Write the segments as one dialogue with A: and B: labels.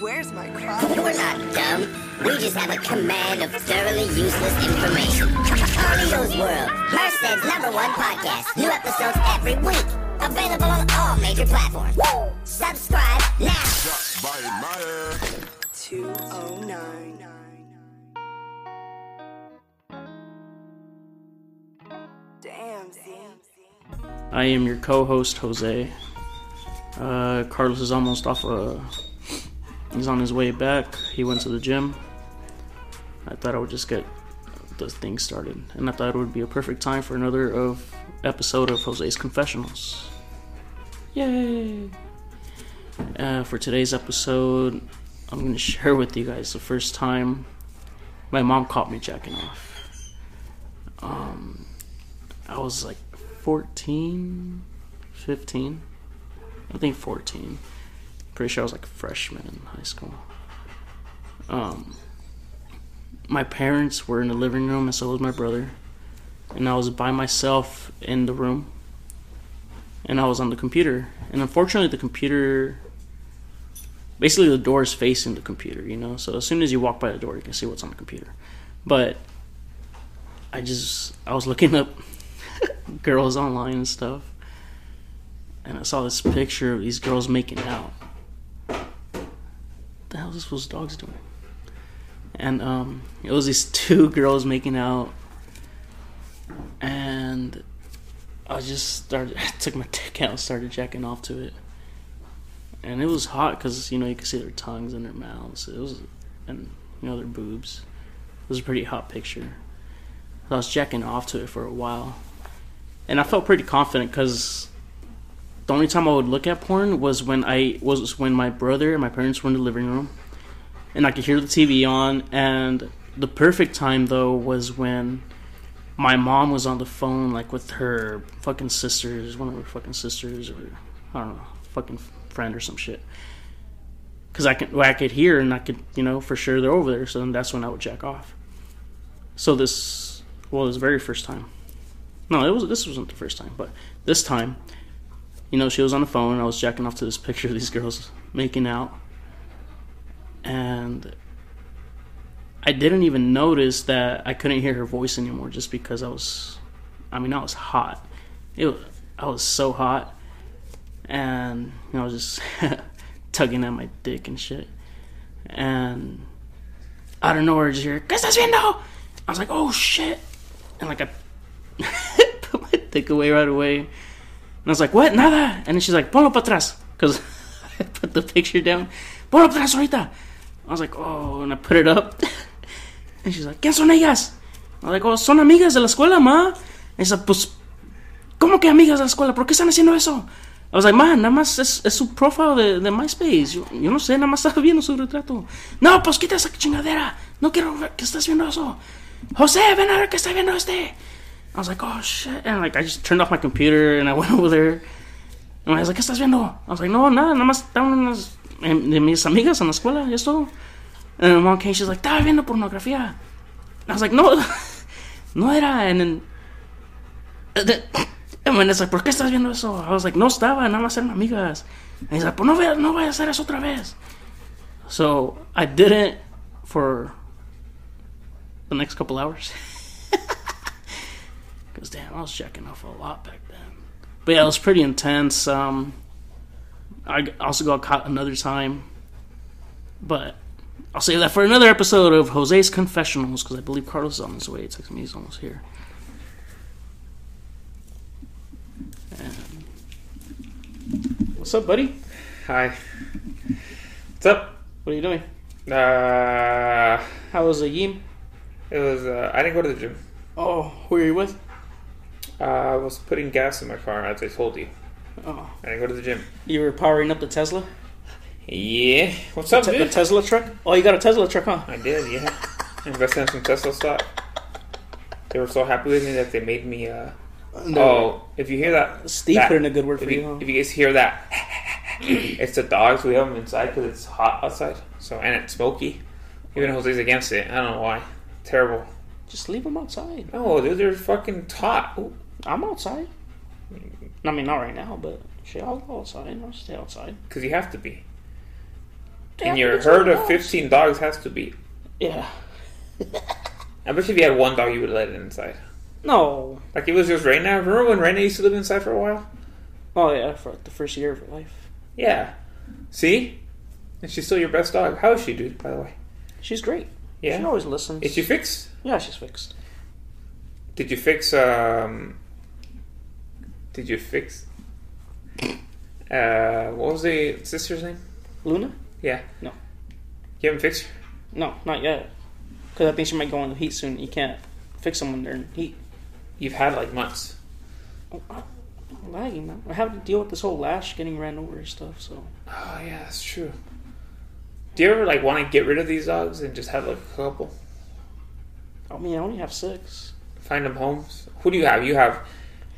A: Where's my crop?
B: We're not dumb. We just have a command of thoroughly useless information. Carlito's World, Merced's number one podcast. New episodes every week. Available on all major platforms. Subscribe now.
C: Biting my ass.
A: 209. Damn, Z.
D: I am your co-host Jose. Uh, Carlos is almost off a. He's on his way back. He went to the gym. I thought I would just get the thing started, and I thought it would be a perfect time for another of episode of Jose's Confessionals. Yay! Uh, for today's episode, I'm going to share with you guys the first time my mom caught me jacking off. I was like 14, 15. I think 14. Pretty sure I was like a freshman in high school. Um, my parents were in the living room, and so was my brother. And I was by myself in the room. And I was on the computer. And unfortunately, the computer. Basically, the door is facing the computer, you know? So as soon as you walk by the door, you can see what's on the computer. But I just. I was looking up girls online and stuff. And I saw this picture of these girls making out. What the hell is those dogs doing? And um, it was these two girls making out. And I just started, I took my dick out and started jacking off to it. And it was hot because, you know, you could see their tongues and their mouths. It was, and, you know, their boobs. It was a pretty hot picture. I was jacking off to it for a while and I felt pretty confident because the only time I would look at porn was when I was when my brother and my parents were in the living room, and I could hear the TV on. And the perfect time though was when my mom was on the phone, like with her fucking sisters, one of her fucking sisters, or I don't know, fucking friend or some shit. Cause I could, well, I could hear and I could, you know, for sure they're over there. So then that's when I would jack off. So this, well, this very first time. No, it was this wasn't the first time, but this time, you know, she was on the phone. I was jacking off to this picture of these girls making out, and I didn't even notice that I couldn't hear her voice anymore, just because I was, I mean, I was hot. It, was, I was so hot, and you know, I was just tugging at my dick and shit, and out of nowhere, I just hear "¿Qué estás viendo?" I was like, "Oh shit!" And like I put my dick away right away. And I was like, what? Nada. And then she's like, ponlo para atrás. Because I put the picture down. Ponlo para atrás ahorita. I was like, oh, and I put it up. and she's like, ¿quién son ellas? I was like, oh, son amigas de la escuela, ma. And she's like, pues, ¿cómo que amigas de la escuela? ¿Por qué están haciendo eso? I was like, ma, nada más es, es su profile de, de MySpace. Yo, yo no sé, nada más estaba viendo su retrato. No, pues quita esa chingadera. No quiero ver que estás viendo eso. José, ven a ver que está viendo este. I was like, oh shit. And like, I just turned off my computer and I went over there. And I was like, ¿qué estás viendo? I was like, no, nada, nada más estaban unas em, de mis amigas en la escuela, y es todo. And then mom came, she's like, estaba viendo pornografía. And I was like, no, no era. And then, and then, and when it's like, ¿por qué estás viendo eso? I was like, no estaba, nada más eran amigas. And he's like, pues no, vea- no vaya a hacer eso otra vez. So I did it for the next couple hours. Because damn, I was checking off a lot back then. But yeah, it was pretty intense. Um, I g- also got caught another time. But I'll save that for another episode of Jose's Confessionals because I believe Carlos is on his way. It takes me, he's almost here. And... What's up, buddy?
E: Hi. What's up?
D: What are you doing?
E: Uh,
D: How was the yim?
E: it was. Uh, I didn't go to the gym.
D: Oh, who are you with?
E: Uh, I was putting gas in my car, as I told you.
D: Oh,
E: I didn't go to the gym.
D: you were powering up the Tesla?
E: Yeah. What's up,
D: Te- the
E: dude?
D: Tesla truck? Oh, you got a Tesla truck, huh?
E: I did. Yeah. Invested in some Tesla stock. They were so happy with me that they made me. Uh, oh, if you hear that,
D: Steve
E: that-
D: put in a good word
E: If
D: for you, huh?
E: you, if you guys hear that, it's the dogs. We have them inside because it's hot outside. So and it's smoky. Even Jose's against it. I don't know why. Terrible.
D: Just leave them outside.
E: No, dude, they're fucking hot. Ooh.
D: I'm outside. I mean, not right now, but shit, I'll go outside. I'll stay outside.
E: Because you have to be. And your herd of 15 dogs has to be.
D: Yeah.
E: I bet if you had one dog, you would let it inside.
D: No.
E: Like it was just Raina. Remember when Raina used to live inside for a while?
D: Oh yeah, for like the first year of her life,
E: Yeah. See? And she's still your best dog. How is she, dude, by the way?
D: she's great.
E: Yeah.
D: She always listens.
E: Did you fix?
D: yeah, she's fixed.
E: Did you fix, um. Did you fix. Uh, what was the sister's name?
D: Luna?
E: Yeah.
D: No.
E: You haven't fixed her?
D: No, not yet. Because I think she might go in the heat soon. You can't fix someone during heat.
E: You've had like months.
D: Oh, I'm lagging, man. I have to deal with this whole lash getting ran over and stuff. So
E: Oh, yeah, that's true. Do you ever like want to get rid of these dogs and just have like a couple?
D: I mean, I only have six.
E: Find them homes? Who do you have? You have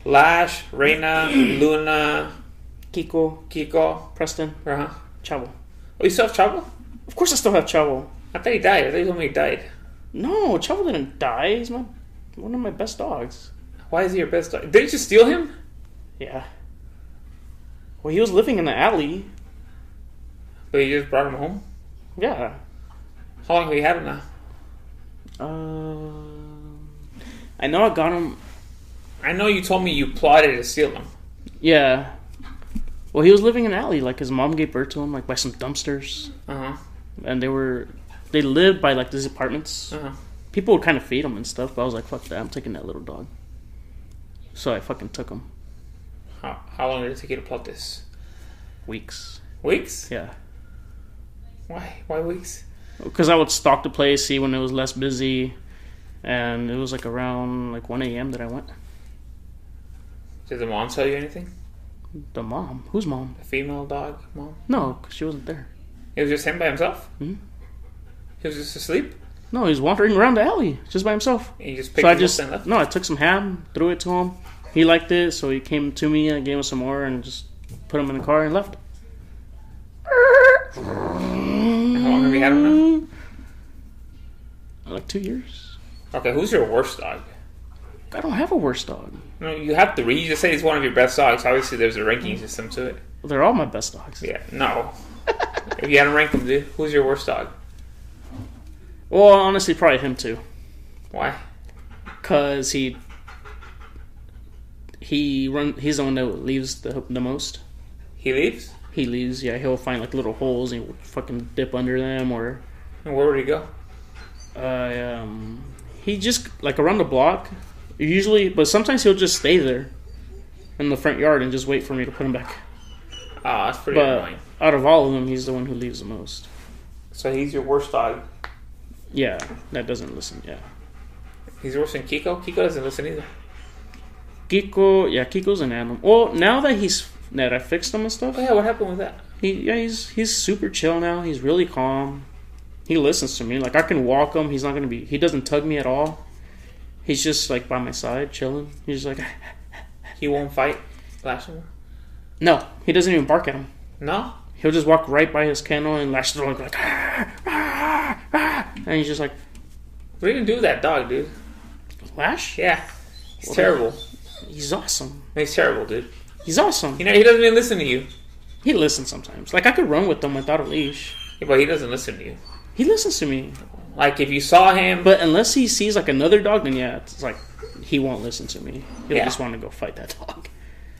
E: Lash, Reina, Luna,
D: Kiko,
E: Kiko.
D: Preston,
E: Uh huh.
D: Chavo.
E: Oh, you still have Chavo?
D: Of course, I still have Chavo.
E: I thought he died. I thought you told me he died.
D: No, Chavo didn't die. He's my one of my best dogs.
E: Why is he your best dog? Didn't you steal him?
D: Yeah. Well, he was living in the alley.
E: But you just brought him home?
D: Yeah.
E: How long have you had him now?
D: Um, I know I got him.
E: I know you told me you plotted to steal him.
D: Yeah. Well, he was living in an alley. Like his mom gave birth to him, like by some dumpsters,
E: Uh huh.
D: and they were they lived by like these apartments.
E: Uh huh.
D: People would kind of feed him and stuff, but I was like, "Fuck that! I'm taking that little dog." So I fucking took him.
E: How, how long did it take you to plot this?
D: Weeks.
E: Weeks?
D: Yeah.
E: Why? Why weeks?
D: Because I would stalk the place, see when it was less busy, and it was like around like 1 a.m. that I went.
E: Did the mom tell you anything?
D: The mom? Whose mom?
E: The female dog mom?
D: No, 'cause she wasn't there.
E: It was just him by himself?
D: Mhm.
E: He was just asleep?
D: No, he was wandering around the alley just by himself.
E: And you just picked
D: So I
E: him
D: just
E: up and left?
D: no, I took some ham, threw it to him. He liked it, so he came to me. I gave him some more, and just put him in the car and left.
E: And How long have you had him now?
D: Like two years.
E: Okay, who's your worst dog?
D: I don't have a worse dog.
E: No, you have three. You just said he's one of your best dogs. Obviously, there's a ranking system to it.
D: They're all my best dogs.
E: Yeah, no. if you had to rank them, dude, who's your worst dog?
D: Well, honestly, probably him too.
E: Why?
D: Cause he he run. He's the one that leaves the the most.
E: He leaves?
D: He leaves. Yeah, he'll find like little holes and he'll fucking dip under them, or
E: And where would he go?
D: uh, um, he just like around the block. Usually, but sometimes he'll just stay there in the front yard and just wait for me to put him back.
E: Ah, that's pretty
D: But
E: annoying.
D: out of all of them, he's the one who leaves the most.
E: So he's your worst dog.
D: Yeah, that doesn't listen. Yeah,
E: He's worse than Kiko. Kiko doesn't listen either.
D: Kiko. Yeah, Kiko's an animal. Well, now that he's that I fixed him and stuff.
E: Oh yeah, what happened with that?
D: He yeah, he's he's super chill now. He's really calm. He listens to me. Like I can walk him. He's not gonna be. He doesn't tug me at all. He's just like by my side, chilling. He's like,
E: He won't fight Lash anymore?
D: no, he doesn't even bark at him.
E: No?
D: He'll just walk right by his kennel and lash the dog like, "Ah, ah, ah," and he's just like,
E: What are you gonna do with that dog, dude?
D: Lash,
E: Yeah. He's terrible.
D: he's awesome.
E: He's terrible, dude.
D: He's awesome.
E: You know, he doesn't even listen to you.
D: He listens sometimes. Like I could run with him without a leash.
E: Yeah, but he doesn't listen to you.
D: He listens to me.
E: Like, if you saw him,
D: But unless he sees like another dog, then yeah, it's like he won't listen to me. He'll
E: Yeah.
D: just want to go fight that dog.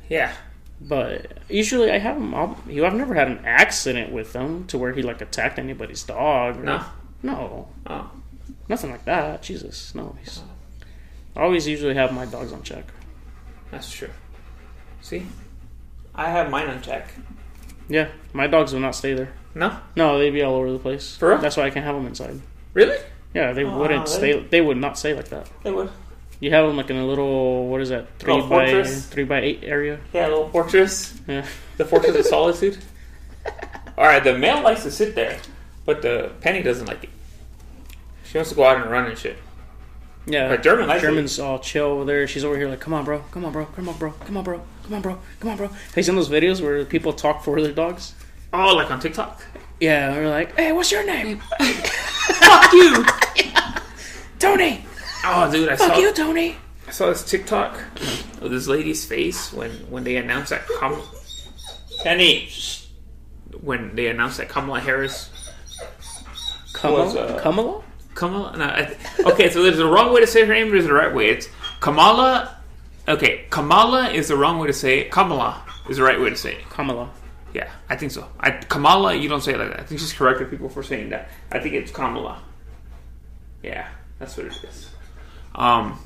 E: yeah.
D: But usually I have him. I'll, you know, I've never had an accident with him to where he like attacked anybody's dog. Or,
E: No?
D: no,
E: Oh.
D: nothing like that. Jesus, no. He's, I always usually have my dogs on check.
E: That's true. See? I have mine on check.
D: Yeah, my dogs will not stay there.
E: No?
D: No, they'd be all over the place.
E: For real? Oh,
D: That's why I can't have them inside.
E: Really?
D: Yeah, they wouldn't
E: they-
D: stay. They would not stay like that.
E: They would.
D: You have them like in a little what is that three
E: Little
D: by
E: fortress?
D: three by eight area.
E: Yeah, little fortress.
D: Yeah,
E: The fortress of solitude. Alright, the male likes to sit there, but the Penny doesn't like it. She wants to go out and run and shit.
D: yeah.
E: But German likes it.
D: German's all chill over there. She's over here like, come on, bro, come on, bro, come on, bro, come on, bro, come on, bro, come on, bro. Have you seen those videos where people talk for their dogs?
E: Oh, like on TikTok?
D: Yeah, we're like, hey, what's your name? Fuck you, Tony.
E: Oh, dude, I saw
D: Fuck you, Tony.
E: I saw this TikTok of this lady's face when when they announced that Kam- Penny, when they announced that Kamala Harris was,
D: Kamala?
E: uh,
D: Kamala?
E: Kamala. No, I, okay, so there's a wrong way to say her name. There's the right way. It's Kamala. Okay, Kamala is the wrong way to say it. Kamala is the right way to say it.
D: Kamala.
E: Yeah, I think so. I, Kamala, you don't say it like that. I think she's corrected people for saying that. I think it's Kamala. Yeah, that's what it is. Um,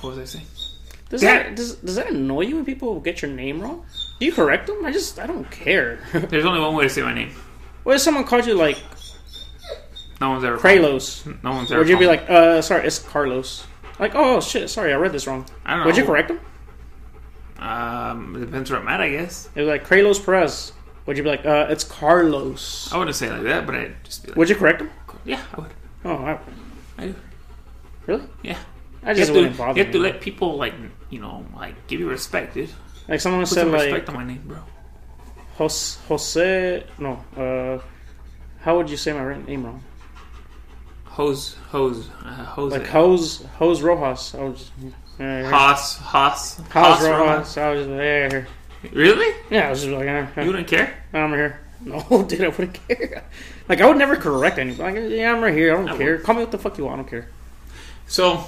E: what was I saying?
D: Does
E: That-
D: that does, does that annoy you when people get your name wrong? Do you correct them? I just I don't care.
E: There's only one way to say my name.
D: what if someone called you like
E: No one's ever.
D: Kralos?
E: No one's ever.
D: Would you be
E: called-
D: like, uh, sorry, it's Carlos? Like, oh shit, sorry, I read this wrong.
E: I don't know.
D: Would you correct them?
E: Um, it depends where I'm at, I guess.
D: It was like Kralos Perez. Would you be like, uh, it's Carlos?
E: I wouldn't say it like that, but I'd just be like,
D: Would you correct them?
E: yeah, I would.
D: Oh, wow.
E: I do.
D: really?
E: Yeah.
D: I
E: You
D: just
E: have, to,
D: wouldn't
E: you
D: bother.
E: have to
D: me.
E: let people like you know like give you respect, dude.
D: like someone
E: Put
D: said,
E: some
D: like
E: respect on my name, bro.
D: Jos- Jose. No, uh, how would you say my right name wrong?
E: Hose, hose, uh, hose.
D: Like Hose Hose Rojas. I was. Uh,
E: Haas, Haas,
D: How's
E: Haas Rojas.
D: I was there.
E: Really?
D: Yeah, I was just like, eh, eh,
E: You wouldn't care?
D: I'm here. No, dude, I wouldn't care. Like, I would never correct anybody. Like, yeah, I'm right here. I don't
E: I
D: care.
E: would.
D: Call me what the fuck you want. I don't care.
E: So,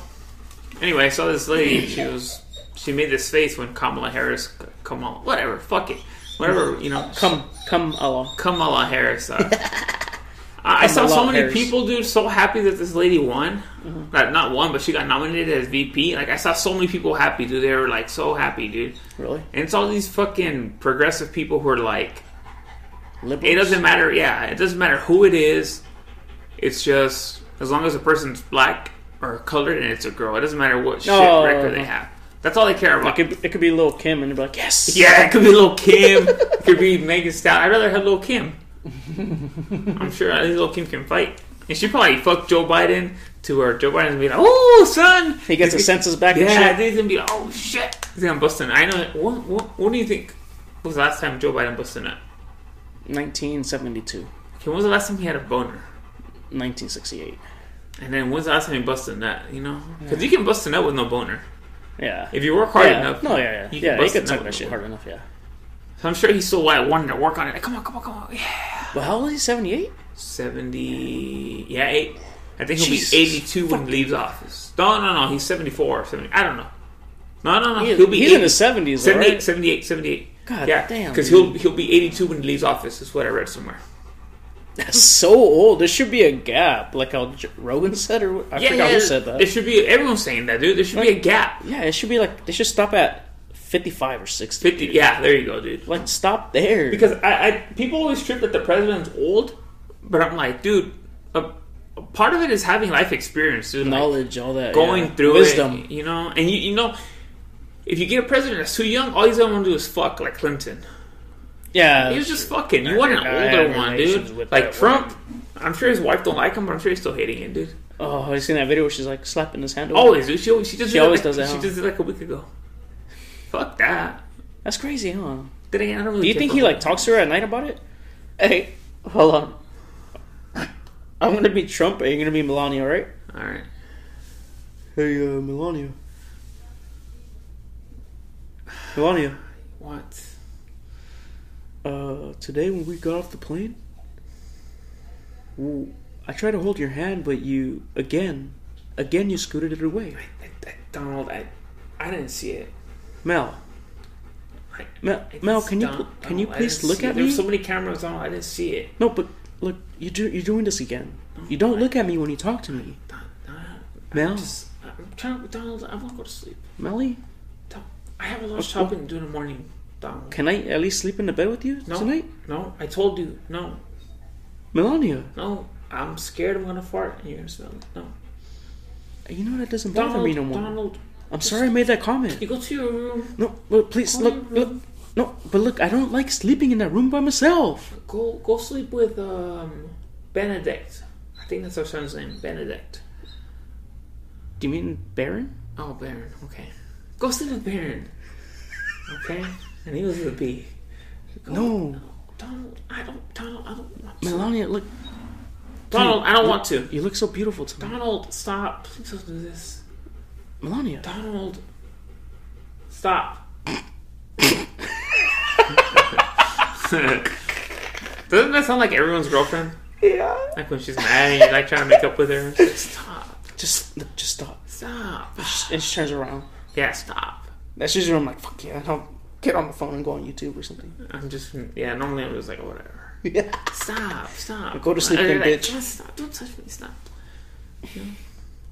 E: anyway, I saw this lady. She was she made this face when Kamala Harris, Kamala, whatever, fuck it, whatever, you know,
D: Come, come along.
E: Kamala Harris. Uh, I I saw so
D: Kamala
E: many
D: Harris. Mm-hmm.
E: people, dude, so happy that this lady won. Not, not won, but she got nominated as VP. Like I saw so many people happy, dude. They were like so happy, dude.
D: Really?
E: And it's all these fucking progressive people who are like,
D: Liberals?
E: it doesn't matter. Yeah, it doesn't matter who it is. It's just as long as the person's black or colored and it's a girl. It doesn't matter what
D: Oh.
E: shit record they have. That's all they care about.
D: It could, it could be little Kim, and they'd be like, yes.
E: yeah, it could be Lil Kim. it could be Megan Stallion. I'd rather have Lil Kim. I'm sure I think Lil Kim can fight, and she probably fucked Joe Biden to where Joe Biden's gonna be like, "Oh, son."
D: He gets his senses back and
E: Yeah,
D: shit.
E: I think he's gonna be like, "Oh shit," he's gonna bust a nut. I know. What, what, what do you think was the last time Joe Biden busted a nut?
D: 1972.
E: Okay, when was the last time he had a boner?
D: 1968.
E: And then when's the last time you busted a nut? You know, because you can bust a nut with no boner
D: Yeah.
E: if you work hard
D: yeah.
E: enough.
D: No, yeah, yeah.
E: you
D: yeah, he
E: can bust
D: could
E: a
D: talk
E: nut
D: that
E: with
D: shit
E: a
D: hard enough, yeah.
E: So I'm sure he's still like wanting to work on it. Like, come on, come on, come on. Yeah,
D: But how old is he? 78?
E: seventy. Yeah, eight. I think he'll
D: Jesus
E: be eighty-two when he leaves office. No, no, no. He's seventy-four. Seventy. I don't know. No, no, no.
D: He-
E: he'll be
D: he's
E: 80,
D: in his 70s, though,
E: 78,
D: right?
E: 78, 78.
D: God damn,
E: Because
D: dude.
E: he'll he'll be eighty-two when he leaves office. Is what I read somewhere.
D: That's so old. There should be a gap, like how J- Rogan said, or what- I forgot who said that.
E: There should be everyone's saying that, dude. There should be a gap.
D: Yeah, it should be like they should stop at fifty-five or sixty.
E: Fifty. Yeah, there you go, dude.
D: Like stop there
E: because I, I people always trip that the president's old, but I'm like, dude, a, a part of it is having life experience, dude. like,
D: knowledge, all that
E: going
D: yeah.
E: through
D: wisdom.
E: it, you know. And you, you know, if you get a president that's too young, all he's gonna want to do is fuck, like Clinton.
D: Yeah,
E: He was just fucking. You
D: I
E: want an
D: had- I had
E: older one,
D: relations
E: dude.
D: with that
E: Like Trump. I'm sure his wife don't like him, but I'm sure he's still hating it, dude.
D: oh, have you seen that video where she's like slapping his hand? Over?
E: Always, dude. She, always- she just
D: She
E: did
D: always
E: like,
D: does that,
E: She
D: huh?
E: just did like a week ago. Fuck that.
D: that's crazy, huh?
E: Then again, I don't really
D: Do you
E: care
D: think
E: for
D: he
E: her.
D: like talks to her at night about it? Hey, hold on. I'm gonna be Trump, and you're gonna be Melania, right?
E: All right.
D: Hey, uh, Melania. Melania.
E: What?
D: Uh, today when we got off the plane, w- I tried to hold your hand, but you again, again you scooted it away.
E: I- I- Donald, I, I didn't see it.
D: Mel,
E: I-
D: Mel,
E: I
D: Mel,
E: just
D: can you
E: don't
D: pl-
E: know.
D: can you
E: I
D: please
E: didn't
D: look
E: see it.
D: at
E: There
D: me?
E: were so many cameras on. I didn't see it.
D: no, but look, you do you're doing this again. You don't look at me when you talk to me, Mel,
E: I'm trying, Donald. I want to go to sleep.
D: Melly.
E: Don- I have a lot of shopping to do in the morning, Donald.
D: Can I at least sleep in the bed with you
E: no,
D: tonight,
E: no. I told you, no,
D: Melania?
E: no. I'm scared. I'm gonna fart, and you're gonna smell it. No,
D: You know that doesn't bother
E: Donald.
D: me no more.
E: Donald,
D: I'm sorry I made that comment.
E: you go to your room.
D: No, look, please
E: Go to
D: look,
E: your
D: look. No, but look, I don't like sleeping in that room by myself.
E: Go, go sleep with um Benedict. I think that's our son's name, Benedict.
D: Do you mean Baron?
E: Oh, Baron. Okay. Go sleep with Baron. Okay? And he was with a B. Go-
D: No.
E: Donald, I don't, Donald, I don't want to.
D: Melania, look,
E: Donald, I don't want to.
D: you look so beautiful to me.
E: Donald, stop. Please don't do this.
D: Melania.
E: Donald, stop. Doesn't that sound like everyone's girlfriend? Yeah. Like when she's mad and you're like trying to make up with her. It's like, stop.
D: Just, just stop.
E: Stop.
D: And she turns around.
E: Yeah, stop.
D: That's usually when I'm like, fuck yeah, I'll get on my phone and go on YouTube or something.
E: I'm just, yeah, normally I'm just like, whatever.
D: Yeah.
E: Stop, stop.
D: Go to sleep
E: And
D: then,
E: you're like,
D: bitch.
E: Just stop. Don't touch me. Stop.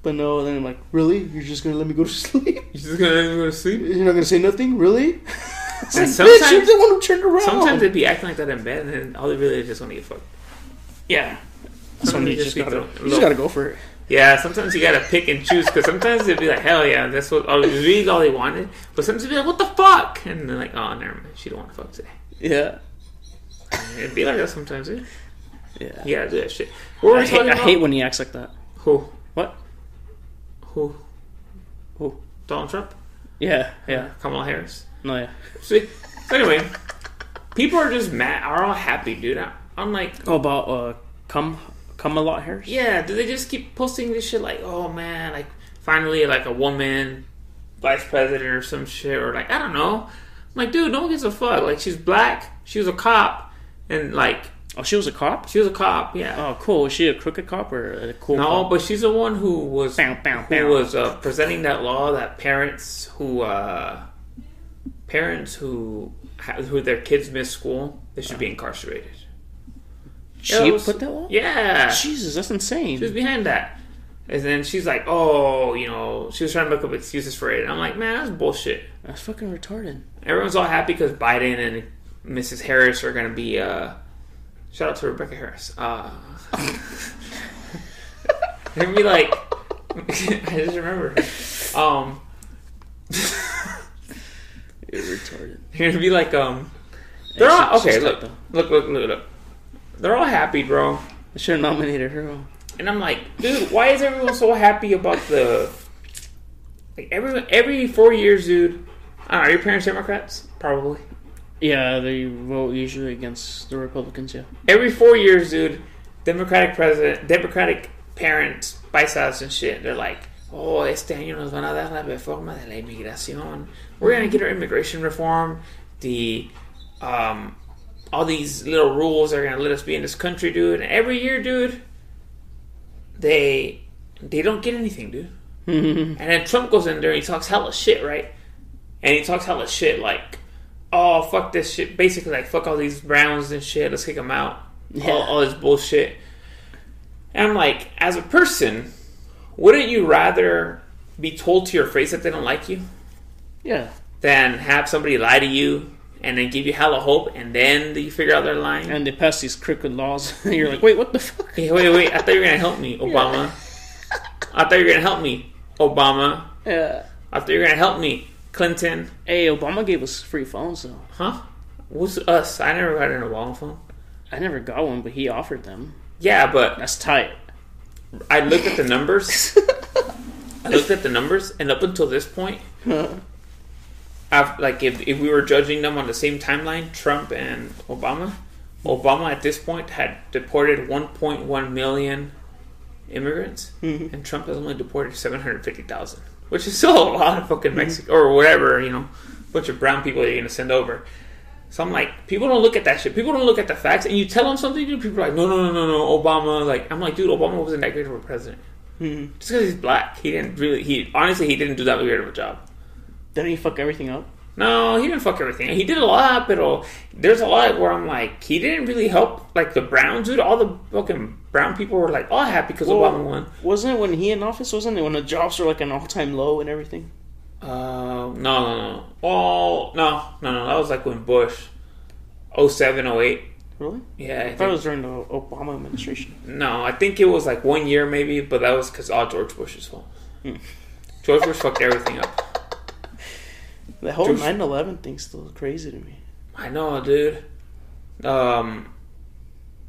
D: But no, then I'm like, really? You're just gonna let me go to sleep?
E: You're just gonna go to sleep?
D: You're not gonna say nothing, really? It's like, bitch, you're
E: sometimes-
D: the one who turned around.
E: Sometimes they'd be acting like that in bed and then all they really just want to get fucked.
D: yeah. That's when
E: Sometimes
D: you
E: they
D: just
E: be
D: gotta,
E: throwing-
D: you just gotta go for it.
E: Yeah, sometimes you gotta pick and choose because sometimes they'd be like, hell yeah, that's what, oh, really all they wanted. But sometimes they'd be like, what the fuck? And they're like, oh, never mind, she don't want to fuck today.
D: Yeah.
E: It'd be like that sometimes, dude.
D: Yeah.
E: You gotta do that shit. What were we
D: I hate,
E: talking
D: I
E: about?
D: hate when he acts like that.
E: Who?
D: What?
E: Who?
D: Who?
E: Donald Trump?
D: Yeah, yeah.
E: Kamala Harris?
D: No, yeah.
E: See? So anyway, people are just mad, are all happy, dude. I- I'm like,
D: Oh, about uh, come, come a lot hairs.
E: yeah, do they just keep posting this shit like, oh man, like finally like a woman vice president or some shit or like I don't know. I'm like, dude, no one gives a fuck. Like she's black, she was a cop, and like
D: Oh, she was a cop.
E: she was a cop, yeah.
D: Oh, cool. Was she a crooked cop or a cool?
E: No,
D: cop?
E: but she's the one who was
D: Bow, bow,
E: who
D: bow.
E: was uh, presenting that law that parents who uh, parents who ha- who their kids miss school they should be incarcerated. Yeah,
D: she
E: it was-
D: put that on.
E: Yeah, she
D: Jesus, that's insane.
E: was behind that. And then she's like, "Oh, you know," she was trying to make up excuses for it. And I'm like, "Man, that's bullshit."
D: That's fucking retarded.
E: Everyone's all happy because Biden and Mrs. Harris are gonna be. Uh, shout out to Rebecca Harris. Uh, they're gonna be like, I just remember. Um,
D: You're retarded.
E: You're gonna be like, um, they're
D: she-
E: all okay.
D: she's
E: Look,
D: got
E: look, look, look, look. They're all happy, bro.
D: I should have nominated her.
E: And I'm like, dude, why is everyone so happy about the? Like every every four years, dude. I don't know, are your parents Democrats? Probably.
D: Yeah, they vote usually against the Republicans. Yeah.
E: Every four years, dude. Democratic president, Democratic parents, paisas and shit. They're like, oh, este año nos van a dar la reforma de la inmigración. We're gonna get our immigration reform. The um, all these little rules are gonna let us be in this country, dude. And every year, dude, they they don't get anything, dude. and then Trump goes in there and he talks hella shit, right? And he talks hella shit like, oh fuck this shit. Basically like fuck all these Browns and shit. Let's kick them out. All, all this bullshit. And I'm like, as a person, wouldn't you rather be told to your face that they don't like you
D: Yeah.
E: than have somebody lie to you and then give you hella hope and then you figure out they're lying?
D: And they pass these crooked laws, and you're like, wait, what the fuck?
E: Hey, wait, wait. I thought you were gonna help me, Obama. I thought you were gonna help me, Obama.
D: Yeah.
E: I thought you were gonna help me, Clinton.
D: Hey, Obama gave us free phones though.
E: Huh? What's us? I never got an Obama phone.
D: I never got one, but he offered them.
E: Yeah, but
D: That's tight.
E: I looked at the numbers. I looked at the numbers, and up until this point, I've, like if, if we were judging them on the same timeline, Trump and Obama, Obama at this point had deported 1.1 million immigrants, and Trump has only deported 750,000, which is still a lot of fucking Mexico or whatever, you know, bunch of brown people that you're gonna send over. So I'm like, people don't look at that shit. People don't look at the facts. And you tell them something, dude. People are like, no, no, no, no, no. Obama, like, I'm like, dude, Obama wasn't that great of a president. Just because he's black, he didn't really. He honestly, he didn't do that great of a job.
D: Didn't he fuck everything up?
E: No, he didn't fuck everything. He did a lot, but oh, there's a lot where I'm like, he didn't really help. Like the brown dude, all the fucking brown people were like all happy because Obama won.
D: Wasn't it when he in office? Wasn't it when the jobs were like an all time low and everything?
E: Uh, no, no, no. Oh, no, no, no. That was like when Bush, 07, 08.
D: Really?
E: Yeah, I
D: I
E: think-
D: thought it was during the Obama administration.
E: No, I think it was like one year maybe, but that was because all George Bush's fault. George Bush fucked everything up.
D: The whole
E: Just-
D: 9 11 thing's still crazy to me.
E: I know, dude. Um,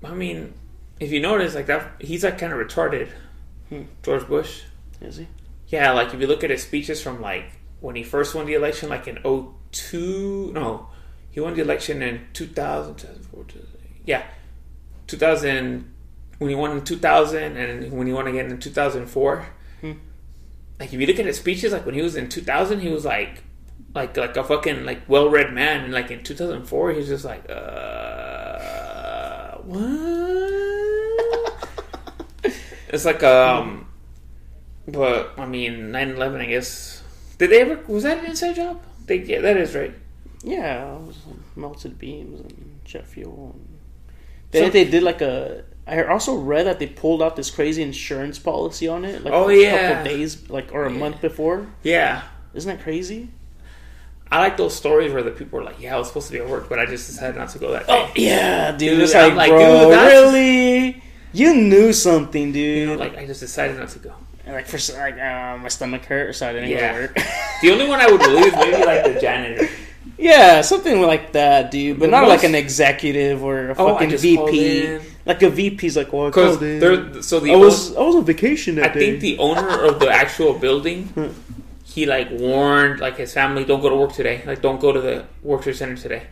E: I mean, if you notice, like that, he's like kind of retarded. George Bush.
D: Is he?
E: Yeah, like if you look at his speeches from like when he first won the election, like in 02, no, he won the election in 2000, 2004, 2008. yeah, 2000, when he won in 2000 and when he won again in 2004. Like if you look at his speeches, like when he was in 2000, he was like, like like a fucking like well-read man, and like in 2004, he was just like, uh, what? It's like um, but I mean, 9-11, I guess. Did they ever? Was that an inside job? They yeah, that is right.
D: Yeah, it was melted beams and jet fuel. And... They, they did like a. I also read that they pulled out this crazy insurance policy on it, like
E: Oh,
D: a
E: yeah.
D: couple days, like or a month before.
E: Yeah,
D: Isn't that crazy?
E: I like those stories where the people are like, "Yeah, I was supposed to be at work, but I just decided not to go that
D: Oh.
E: day."
D: yeah, dude.
E: Dude,
D: it's
E: I'm
D: like, bro,
E: like, dude, that's-
D: really? You knew something, dude.
E: Like I just decided not to go.
D: And, like for s- like uh, my stomach hurt, so I didn't
E: Yeah.
D: go to work.
E: The only one I would believe is maybe like the janitor.
D: yeah, something like that, dude. But
E: The
D: not like
E: most-
D: an executive or a
E: Oh, I
D: fucking
E: just called
D: VP.
E: in.
D: Like a VP's like, well, I
E: Because
D: called in.
E: they're so the
D: I
E: own-
D: was I was on vacation
E: I
D: that day. Hmm.
E: think the owner of the actual building, he like warned like his family, "Don't go to work today. Like don't go to the workshop center today."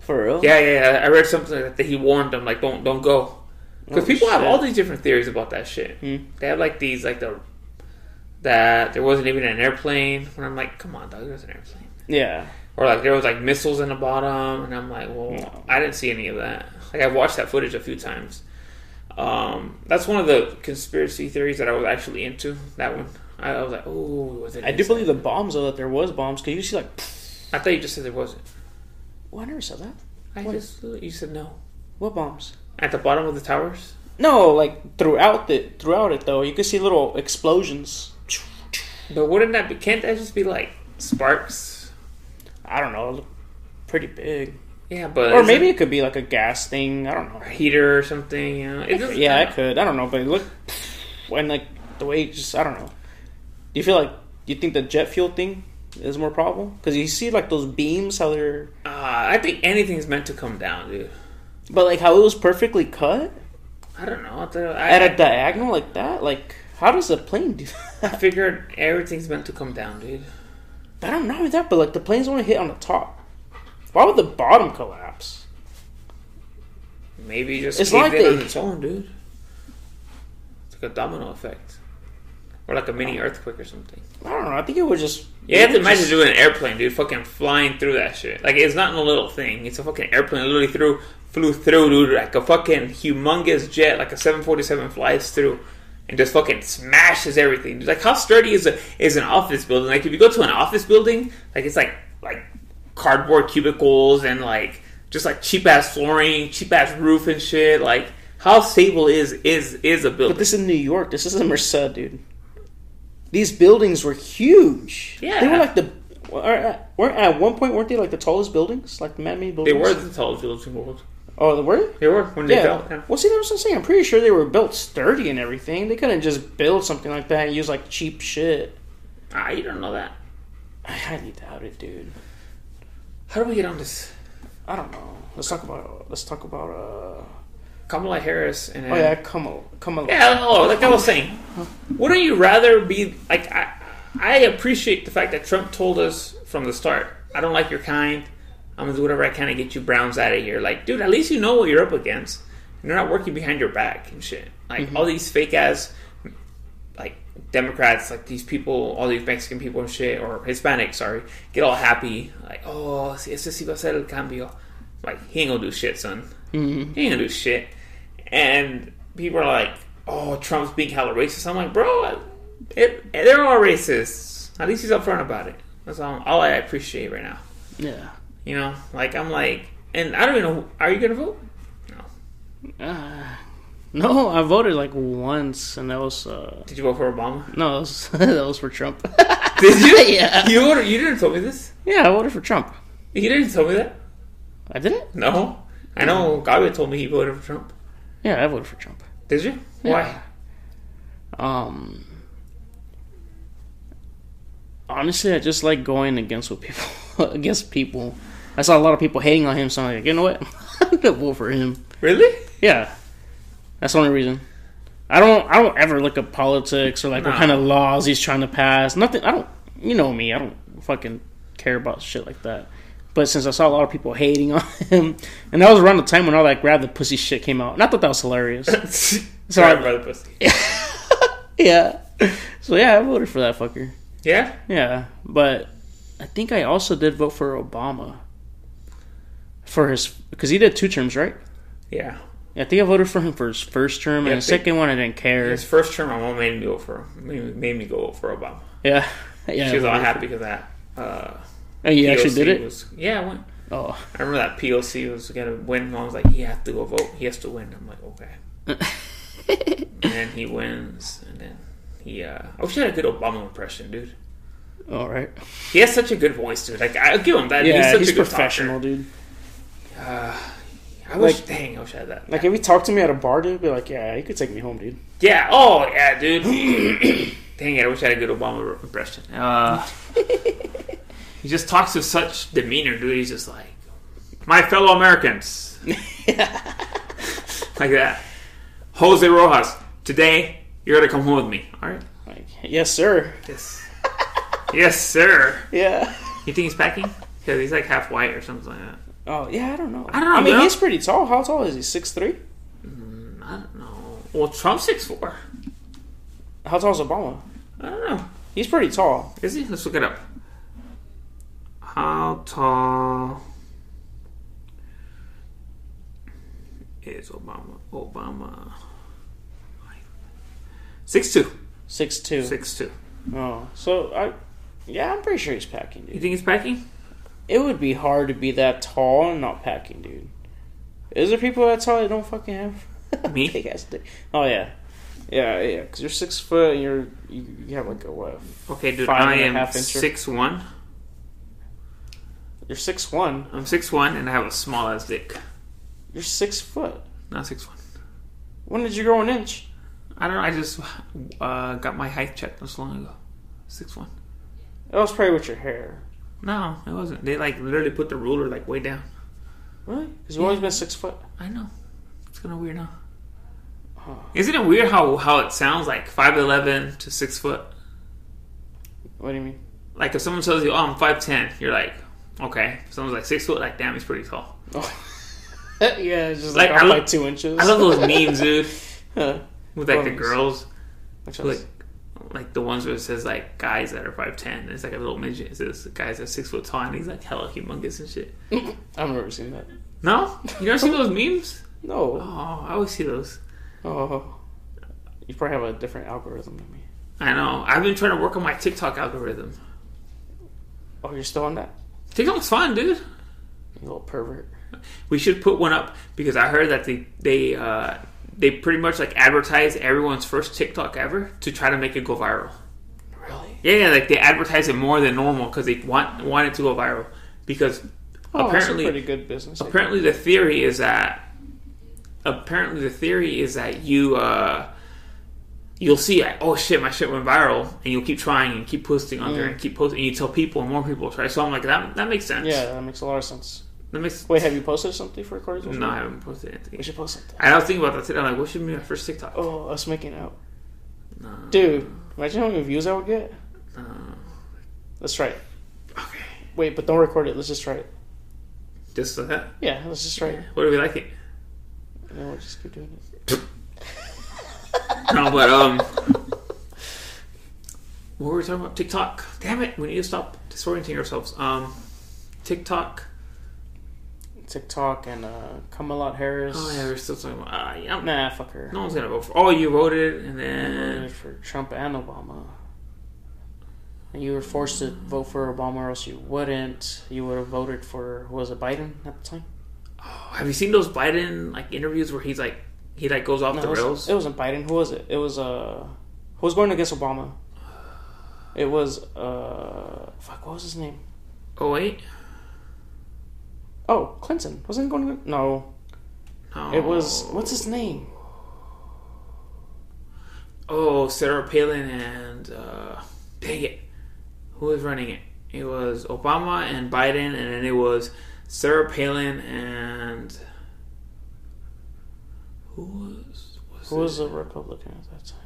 D: for real,
E: Yeah, yeah, yeah. I read something that he warned them like, "Don't don't go," because
D: Oh,
E: people have
D: shit. Hmm.
E: all these different theories about that shit. They have like these like the that there wasn't even an airplane, and I'm like, "Come on, dog, there was an airplane."
D: yeah.
E: or like there was like missiles in the bottom, and I'm like, well,
D: No.
E: I didn't see any of that. Like I watched that footage a few times. Um, that's one of the conspiracy theories that I was actually into. That one, I, I was like, oh, was it?
D: I do believe the bombs though that there was bombs because you see like, pfft,
E: I thought you just said there wasn't.
D: well, I never saw that.
E: I
D: What?
E: just you said no.
D: What bombs?
E: At the bottom of the towers,
D: No, like throughout it, throughout it though, you could see little explosions.
E: but wouldn't that be? Can't that just be like sparks?
D: I don't know, it looked pretty big,
E: Yeah, but
D: or
E: isn't
D: maybe it could be like a gas thing. I don't know.
E: a heater or something. You know? It doesn't-
D: Yeah, I could. I don't know, but look, when like the way it just I don't know. Do you feel like you think the jet fuel thing is more probable? Because you see like those beams, how they're,
E: Uh, I think anything's meant to come down, dude.
D: but like how it was perfectly cut
E: I don't know. I, thought, I,
D: at a diagonal like that. Like how does a plane do
E: I
D: that?
E: figured everything's meant to come down, dude.
D: I don't know that, but like the plane's only hit on the top. Why would the bottom collapse?
E: Maybe just
D: It's
E: caved
D: like
E: in
D: they-
E: on its own, dude. It's like a domino effect, or like a
D: Oh.
E: mini earthquake or something.
D: I don't know. I think it would just.
E: You have to imagine
D: just-
E: doing an airplane, dude, fucking flying through that shit. Like it's not a little thing; it's a fucking airplane. It literally through, flew through, dude, like a fucking humongous jet, like a seven forty seven flies through. And just fucking smashes everything. Like how sturdy is a is an office building? Like if you go to an office building, like it's like like cardboard cubicles and like just like cheap ass flooring, cheap ass roof and shit. Like how stable is is is a building?
D: But this is New York. This isn't Merced, dude. These buildings were huge.
E: Yeah.
D: They were like the. were were at one point, weren't they like the tallest buildings? Like man made
E: they
D: buildings?
E: were the tallest buildings in the world.
D: Oh, they were?
E: They were when they fell. yeah.
D: Well, see, that's what I'm saying. I'm pretty sure they were built sturdy and everything. They couldn't just build something like that and use like cheap shit.
E: Ah, you don't know that.
D: I highly doubt it, dude.
E: How do we get on this?
D: I don't know. Let's talk about. Let's talk about. uh
E: Kamala Harris and
D: Oh, yeah, Kamala. Kamala.
E: yeah, oh, like I was saying, wouldn't you rather be like I? I appreciate the fact that Trump told us from the start, I don't like your kind. I'm gonna do whatever I can to get you Browns out of here. Like, dude, at least you know what you're up against. And they're not working behind your back and shit. Like all these fake ass, like Democrats, like these people, all these Mexican people and shit, or Hispanic, sorry, get all happy. Like, oh, si este sí va a ser el cambio. Like he ain't gonna do shit, son. He ain't gonna do shit. And people are like, "Oh, Trump's being hella racist." I'm like, bro, it, they're all racist. At least he's upfront about it. That's all, all I appreciate right now.
D: Yeah.
E: You know, like I'm like, and I don't even know. Are you gonna vote? No.
D: Uh, no, I voted like once, and that was uh,
E: Did you vote for Obama?
D: no, that was, that was for Trump.
E: Did you?
D: yeah,
E: You voted, you didn't tell me this.
D: yeah, I voted for Trump.
E: You didn't tell me that.
D: I didn't.
E: No. I know Gabe told me he voted for Trump.
D: Yeah, I voted for Trump.
E: Did you? Why?
D: Um, honestly, I just like going against what people against people. I saw a lot of people hating on him, so I'm like, you know what, I'm gonna vote for him.
E: Really?
D: Yeah, that's the only reason. I don't. I don't ever look at politics or like what
E: No.
D: kind of laws he's trying to pass. Nothing. I don't. You know me. I don't fucking care about shit like that. But since I saw a lot of people hating on him, and that was around the time when all that grab the pussy shit came out, and I thought that was hilarious.
E: Sorry, brother pussy.
D: yeah. So yeah, I voted for that fucker.
E: Yeah.
D: Yeah, but I think I also did vote for Obama for his because he did two terms, right?
E: Yeah.
D: I think I voted for him for his first term, and
E: Yeah,
D: the
E: big-
D: second one I didn't care.
E: His first term, my mom made me go for made made me go for Obama.
D: Yeah, yeah.
E: She was all happy because that. Uh,
D: Oh, you actually
E: POC
D: did it.
E: Was, yeah, I went.
D: Oh,
E: I remember that POC was gonna win. Mom was like, "He has to go vote. He has to win." I'm like, "Okay." and then he wins, and then he. Uh, I wish I had a good Obama impression, dude.
D: all right.
E: He has such a good voice, dude. Like I'll give him that.
D: Yeah,
E: he's
D: he's,
E: such a good
D: professional,
E: Talker.
D: dude.
E: I wish,
D: Like-
E: dang, I wish I had that.
D: Like if he talked to me at a bar, dude, be like, yeah, he could take me home, dude.
E: Yeah. Oh, yeah, dude. Dang it! I wish I had a good Obama impression. Uh, he just talks with such demeanor, dude. He's just like, my fellow Americans, like that. Jose Rojas, today you're gonna come home with me. All right.
D: Like, yes, sir.
E: Yes. yes, sir.
D: Yeah.
E: You think he's packing? Because he's like half white or something like that.
D: Oh yeah, I don't know.
E: I don't know,
D: I mean,
E: bro.
D: he's pretty tall. How tall is he? Six three.
E: I don't know. Well, Trump's six four.
D: How tall is Obama?
E: I don't know.
D: He's pretty tall.
E: Is he? Let's look it up. How tall is Obama? Obama. Six two.
D: Six two.
E: Six two.
D: Oh, so I. Yeah, I'm pretty sure he's packing,
E: You
D: dude.
E: think he's packing?
D: It would be hard to be that tall and not packing, dude. Is there people that tall that don't fucking have
E: Me?
D: big ass dick? Oh yeah, yeah, yeah. Because you're six foot and you're you, you have like a what?
E: Okay, dude.
D: Five
E: I
D: and a
E: am
D: half incher.
E: six one.
D: You're six one.
E: I'm six one, and I have a small ass dick.
D: You're six foot.
E: Not six one.
D: When did you grow an inch?
E: I don't know. I just uh, got my height checked not so long ago. Six one.
D: That was probably with your hair.
E: No, it wasn't. They like literally put the ruler like way down.
D: Really? Because you've always been six foot.
E: I know. It's kind of weird, huh? Isn't it weird how how it sounds like five eleven to six foot?
D: What do you mean?
E: Like if someone tells you, "Oh, I'm five ten, you're like, "Okay." If someone's like six foot, like, "Damn, he's pretty tall."
D: Oh. yeah, it's just
E: Like,
D: like,
E: I
D: up by
E: love-
D: two inches.
E: I love those memes, dude,
D: Huh.
E: with like the
D: Memes.
E: girls,
D: Which
E: Oh, like
D: was-
E: like the ones where it says like guys that are five ten. It's like a little midget. It says guys that are six foot tall, and he's like hella humongous and shit.
D: I've never seen that.
E: No, you never seen those memes?
D: No.
E: Oh, I always see those.
D: Oh. You probably have a different algorithm than me.
E: I know. I've been trying to work on my TikTok algorithm.
D: Oh, you're still on that?
E: TikTok's fun, dude.
D: You little pervert.
E: We should put one up because I heard that they they uh, they pretty much like advertise everyone's first TikTok ever to try to make it go viral.
D: Really?
E: Yeah, yeah, like they advertise it more than normal because they want want it to go viral because
D: Oh,
E: apparently
D: that's a pretty good business. idea.
E: apparently the theory is that apparently the theory is that you uh, you'll see like oh shit my shit went viral and you'll keep trying and keep posting on there
D: Mm.
E: and keep posting and you tell people and more people try so I'm like that that makes sense
D: Yeah, that makes a lot of sense.
E: that makes
D: Wait, have you posted something for Corey's?
E: no I haven't posted anything
D: We should post something.
E: I was thinking about that today. I'm like, what should be my first TikTok?
D: Oh, us making out. Dude, imagine how many views I would get. Let's try it.
E: Okay.
D: Wait, but don't record it. Let's just try it.
E: Just like that.
D: Yeah, let's just try it.
E: What do we like it?
D: And then we'll just keep doing it.
E: No, but um, what were we talking about? TikTok. Damn it, we need to stop disorienting ourselves. Um, TikTok.
D: TikTok and uh, Camelot Harris.
E: Oh yeah, we're still talking about. Uh, yeah, no.
D: Nah, fuck her.
E: no one's gonna vote for. Oh, you voted, and
D: I
E: then
D: voted for Trump and Obama. And you were forced to vote for Obama, or else you wouldn't. You would have voted for who was it, Biden at the time?
E: oh, have you seen those Biden like interviews where he's like he like goes off
D: No,
E: the
D: it, was,
E: rails?
D: it wasn't Biden. Who was it? It was uh, who was going against Obama? It was uh, fuck. What was his name?
E: oh wait,
D: Oh, Clinton wasn't he going. No,
E: no.
D: it was what's his name?
E: Oh, Sarah Palin and uh, dang it, who was running it? It was Obama and Biden, and then it was Sarah Palin and who was was
D: Who was a Republican at that time?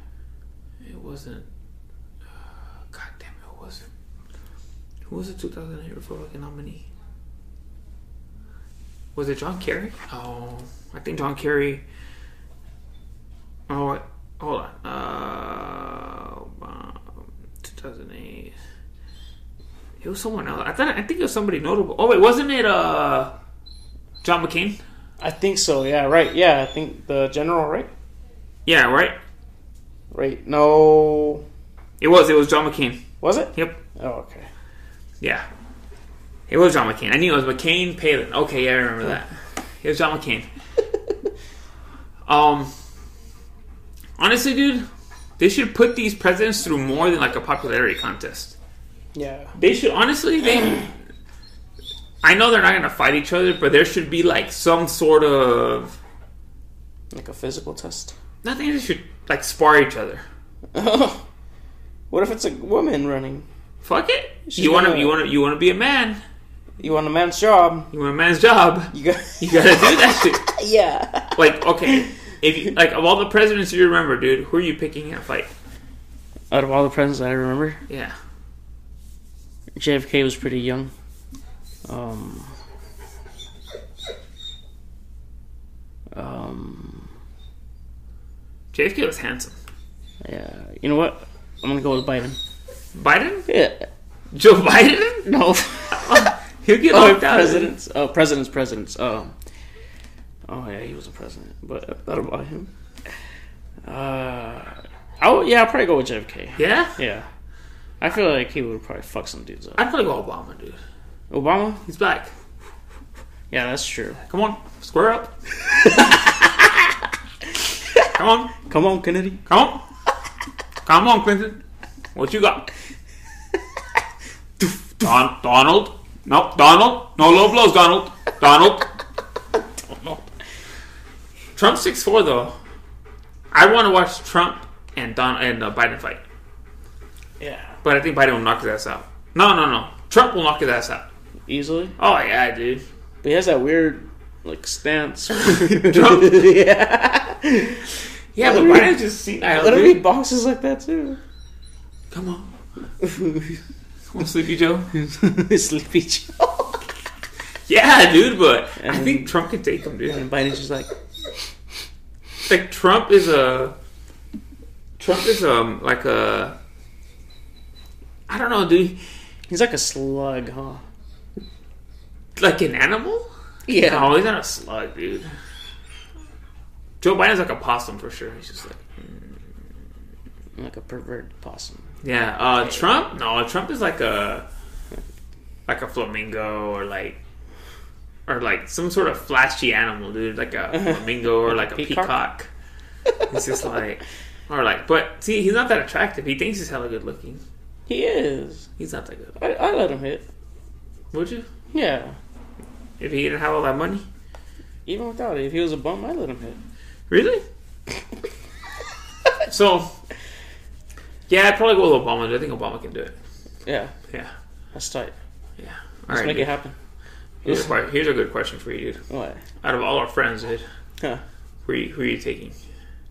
E: it? It wasn't. Uh, God damn it, who was it? Who was the 2008 Republican nominee? Was it John Kerry? Oh, I think John Kerry. Oh, wait, hold on. Uh, um, 2008. It was someone else. I thought. I think it was somebody notable. Oh wait, wasn't it uh, John McCain?
D: I think so. Yeah, right. Yeah, I think the general, right?
E: Yeah, right.
D: Right. No,
E: It was. It was John McCain.
D: was it?
E: Yep.
D: Oh, okay.
E: Yeah. It was John McCain. I knew it was McCain Palin. Okay, yeah, I remember that. It was John McCain. um, honestly, dude, they should put these presidents through more than like a popularity contest.
D: Yeah.
E: They should honestly. They. I know they're not gonna fight each other, but there should be like some sort of.
D: Like a physical test.
E: Nothing. They should like spar each other.
D: what if it's a woman running?
E: Fuck it.
D: She's
E: you wanna,
D: gonna-
E: you wanna, you wanna be a man.
D: You want a man's job?
E: You want a man's job.
D: You got.
E: You gotta do that shit.
D: yeah.
E: Like, okay, if you, like of all the presidents you remember, dude, who are you picking in a fight?
D: Out of all the presidents I remember,
E: Yeah,
D: JFK was pretty young. Um. Um.
E: JFK was handsome.
D: Yeah. You know what? I'm gonna go with Biden.
E: Biden,
D: Yeah.
E: Joe Biden,
D: No.
E: he'll get
D: oh,
E: locked out.
D: presidents. Oh, presidents. Presidents. Oh. Oh yeah, he was a president, but I thought about him. Uh, oh yeah, I'll probably go with JFK.
E: Yeah,
D: Yeah. I feel like he would probably fuck some dudes up.
E: I'd probably go Obama, dude.
D: Obama?
E: He's black.
D: Yeah, that's true.
E: Come on, square up. come on,
D: Come on, Kennedy.
E: come on, come on, Clinton. What you got? Don- Donald. No, Donald. No low blows, Donald. Donald. Trump six four though. I want to watch Trump and Don and uh, Biden fight,
D: Yeah.
E: but I think Biden will knock his ass out. No, no, no. Trump will knock his ass out.
D: Easily.
E: Oh yeah, dude.
D: But he has that weird like stance.
E: Trump.
D: yeah.
E: Yeah, but
D: What do
E: Biden's
D: we-
E: just senile,
D: Let him
E: dude.
D: be boxes like that too.
E: Come on, come on, Sleepy Joe.
D: Sleepy Joe.
E: Yeah, dude. But I think Trump can take him, dude.
D: And Biden's just like,
E: Like Trump is a. Trump is um like a. I don't know, dude.
D: he's like a slug, huh?
E: Like an animal.
D: Yeah.
E: No, he's not a slug, dude. Joe Biden's like a possum for sure. He's just like,
D: Like a pervert possum.
E: yeah. Uh, Trump? No, Trump is like a, like a flamingo or like, or like some sort of flashy animal, dude. Like a flamingo or like a
D: Peacock?
E: peacock. He's just like, or like, but see, he's not that attractive. He thinks he's hella good looking.
D: He is.
E: He's not that good.
D: I, I let him hit.
E: Would you?
D: Yeah.
E: If he didn't have all that money?
D: Even without it, if he was a bum, I let him hit.
E: Really? so, yeah, I'd probably go with Obama. dude. I think Obama can do it.
D: Yeah.
E: Yeah.
D: That's tight.
E: Yeah. All
D: Let's
E: right,
D: make
E: dude.
D: it happen.
E: Here's a, que- here's a good question for you, dude.
D: What?
E: Out of all our friends, dude,
D: Huh.
E: who are you, who are you taking?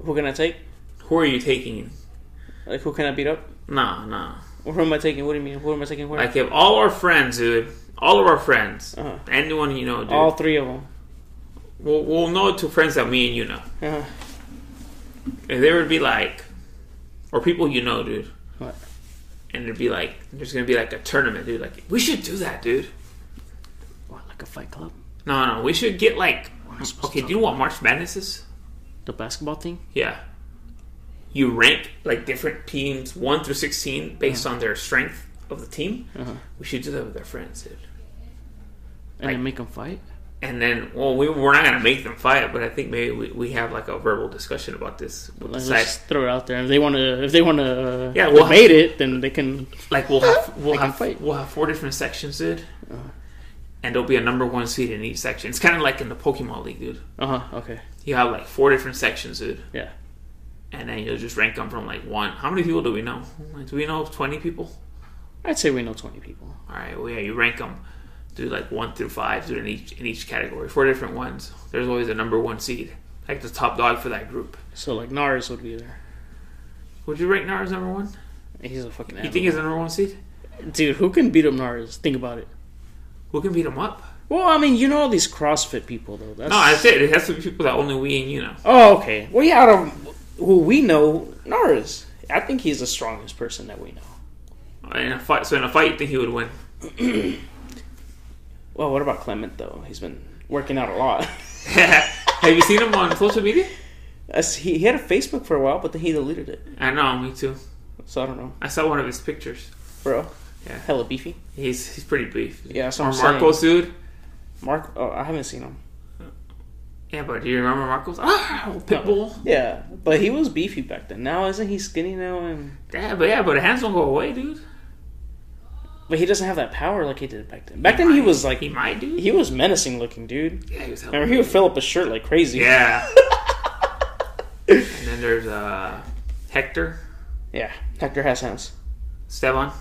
D: Who can I take?
E: Who are you taking?
D: Like, who can I beat up?
E: Nah, nah.
D: Who am I taking? What do you mean? Who am I taking? Where?
E: Like, if all our friends, dude, all of our friends,
D: Uh-huh.
E: anyone you know, dude,
D: All three of them.
E: we'll, we'll know two friends that me and you know.
D: Uh,
E: And they would be like, or people you know, dude.
D: What?
E: And it'd be like, there's gonna be like a tournament, dude. Like, we should do that, dude.
D: what, like a fight club?
E: No, no, we should get like. Okay, do you know what March Madness is?
D: The basketball thing?
E: Yeah. You rank like different teams one through sixteen based on their strength of the team.
D: Uh-huh.
E: We should do that with our friends, dude.
D: And
E: Like-
D: then make them fight?
E: And then, well, we, we're not gonna make them fight, but I think maybe we, we have like a verbal discussion about this. We'll
D: Like,
E: decide,
D: let's throw it out there. If they want to, if they want to, uh,
E: Yeah, we'll-
D: debate it, then they can.
E: like we'll have we'll
D: They can
E: have
D: fight. Uh-huh.
E: we'll have four different sections, dude. And there'll be a number one seed in each section. It's kind of like in the Pokemon League, dude.
D: Uh huh. Okay.
E: You have like four different sections, dude.
D: Yeah.
E: and then you'll just rank them from like one. How many people do we know? Like, do we know twenty people?
D: I'd say we know twenty people.
E: All right, well, yeah, you rank them, do like one through five, do it in each in each category, four different ones. There's always a number one seed, like the top dog for that group.
D: So like Nars would be there.
E: Would you rank Nars number one?
D: He's a fucking.
E: You think he's the number one seed?
D: animal. dude, who can beat up Nars? Think about it.
E: Who can beat him up?
D: Well, I mean, you know all these CrossFit people though. That's,
E: No, that's it. It has to be people that only we and you know.
D: Oh, okay. Well, yeah, out of who we know, Nars. I think he's the strongest person that we know.
E: In a fight, so in a fight, you think he would win?
D: Well, what about Clement though? He's been working out a lot.
E: Have you seen him on social media?
D: That's- He, he had a Facebook for a while, but then he deleted it.
E: I know, me too.
D: So I don't know,
E: I saw one of his pictures.
D: bro.
E: Yeah.
D: Hella beefy.
E: He's he's pretty beef.
D: Yeah, that's
E: or
D: what I'm saying.
E: Marcos, dude.
D: Mark. Oh, I haven't seen him.
E: Yeah, but do you remember Marcos? Ah, old Pitbull.
D: Yeah, but he was beefy back then. Now isn't he skinny now? And
E: Yeah, but yeah, but the hands don't go away, dude.
D: but he doesn't have that power like he did back then. Back then he was like
E: He might, dude.
D: he was menacing looking, dude.
E: yeah, he was
D: Remember he would fill up a shirt like crazy.
E: Yeah. and then there's uh Hector,
D: Yeah. Hector has hands.
E: Steban.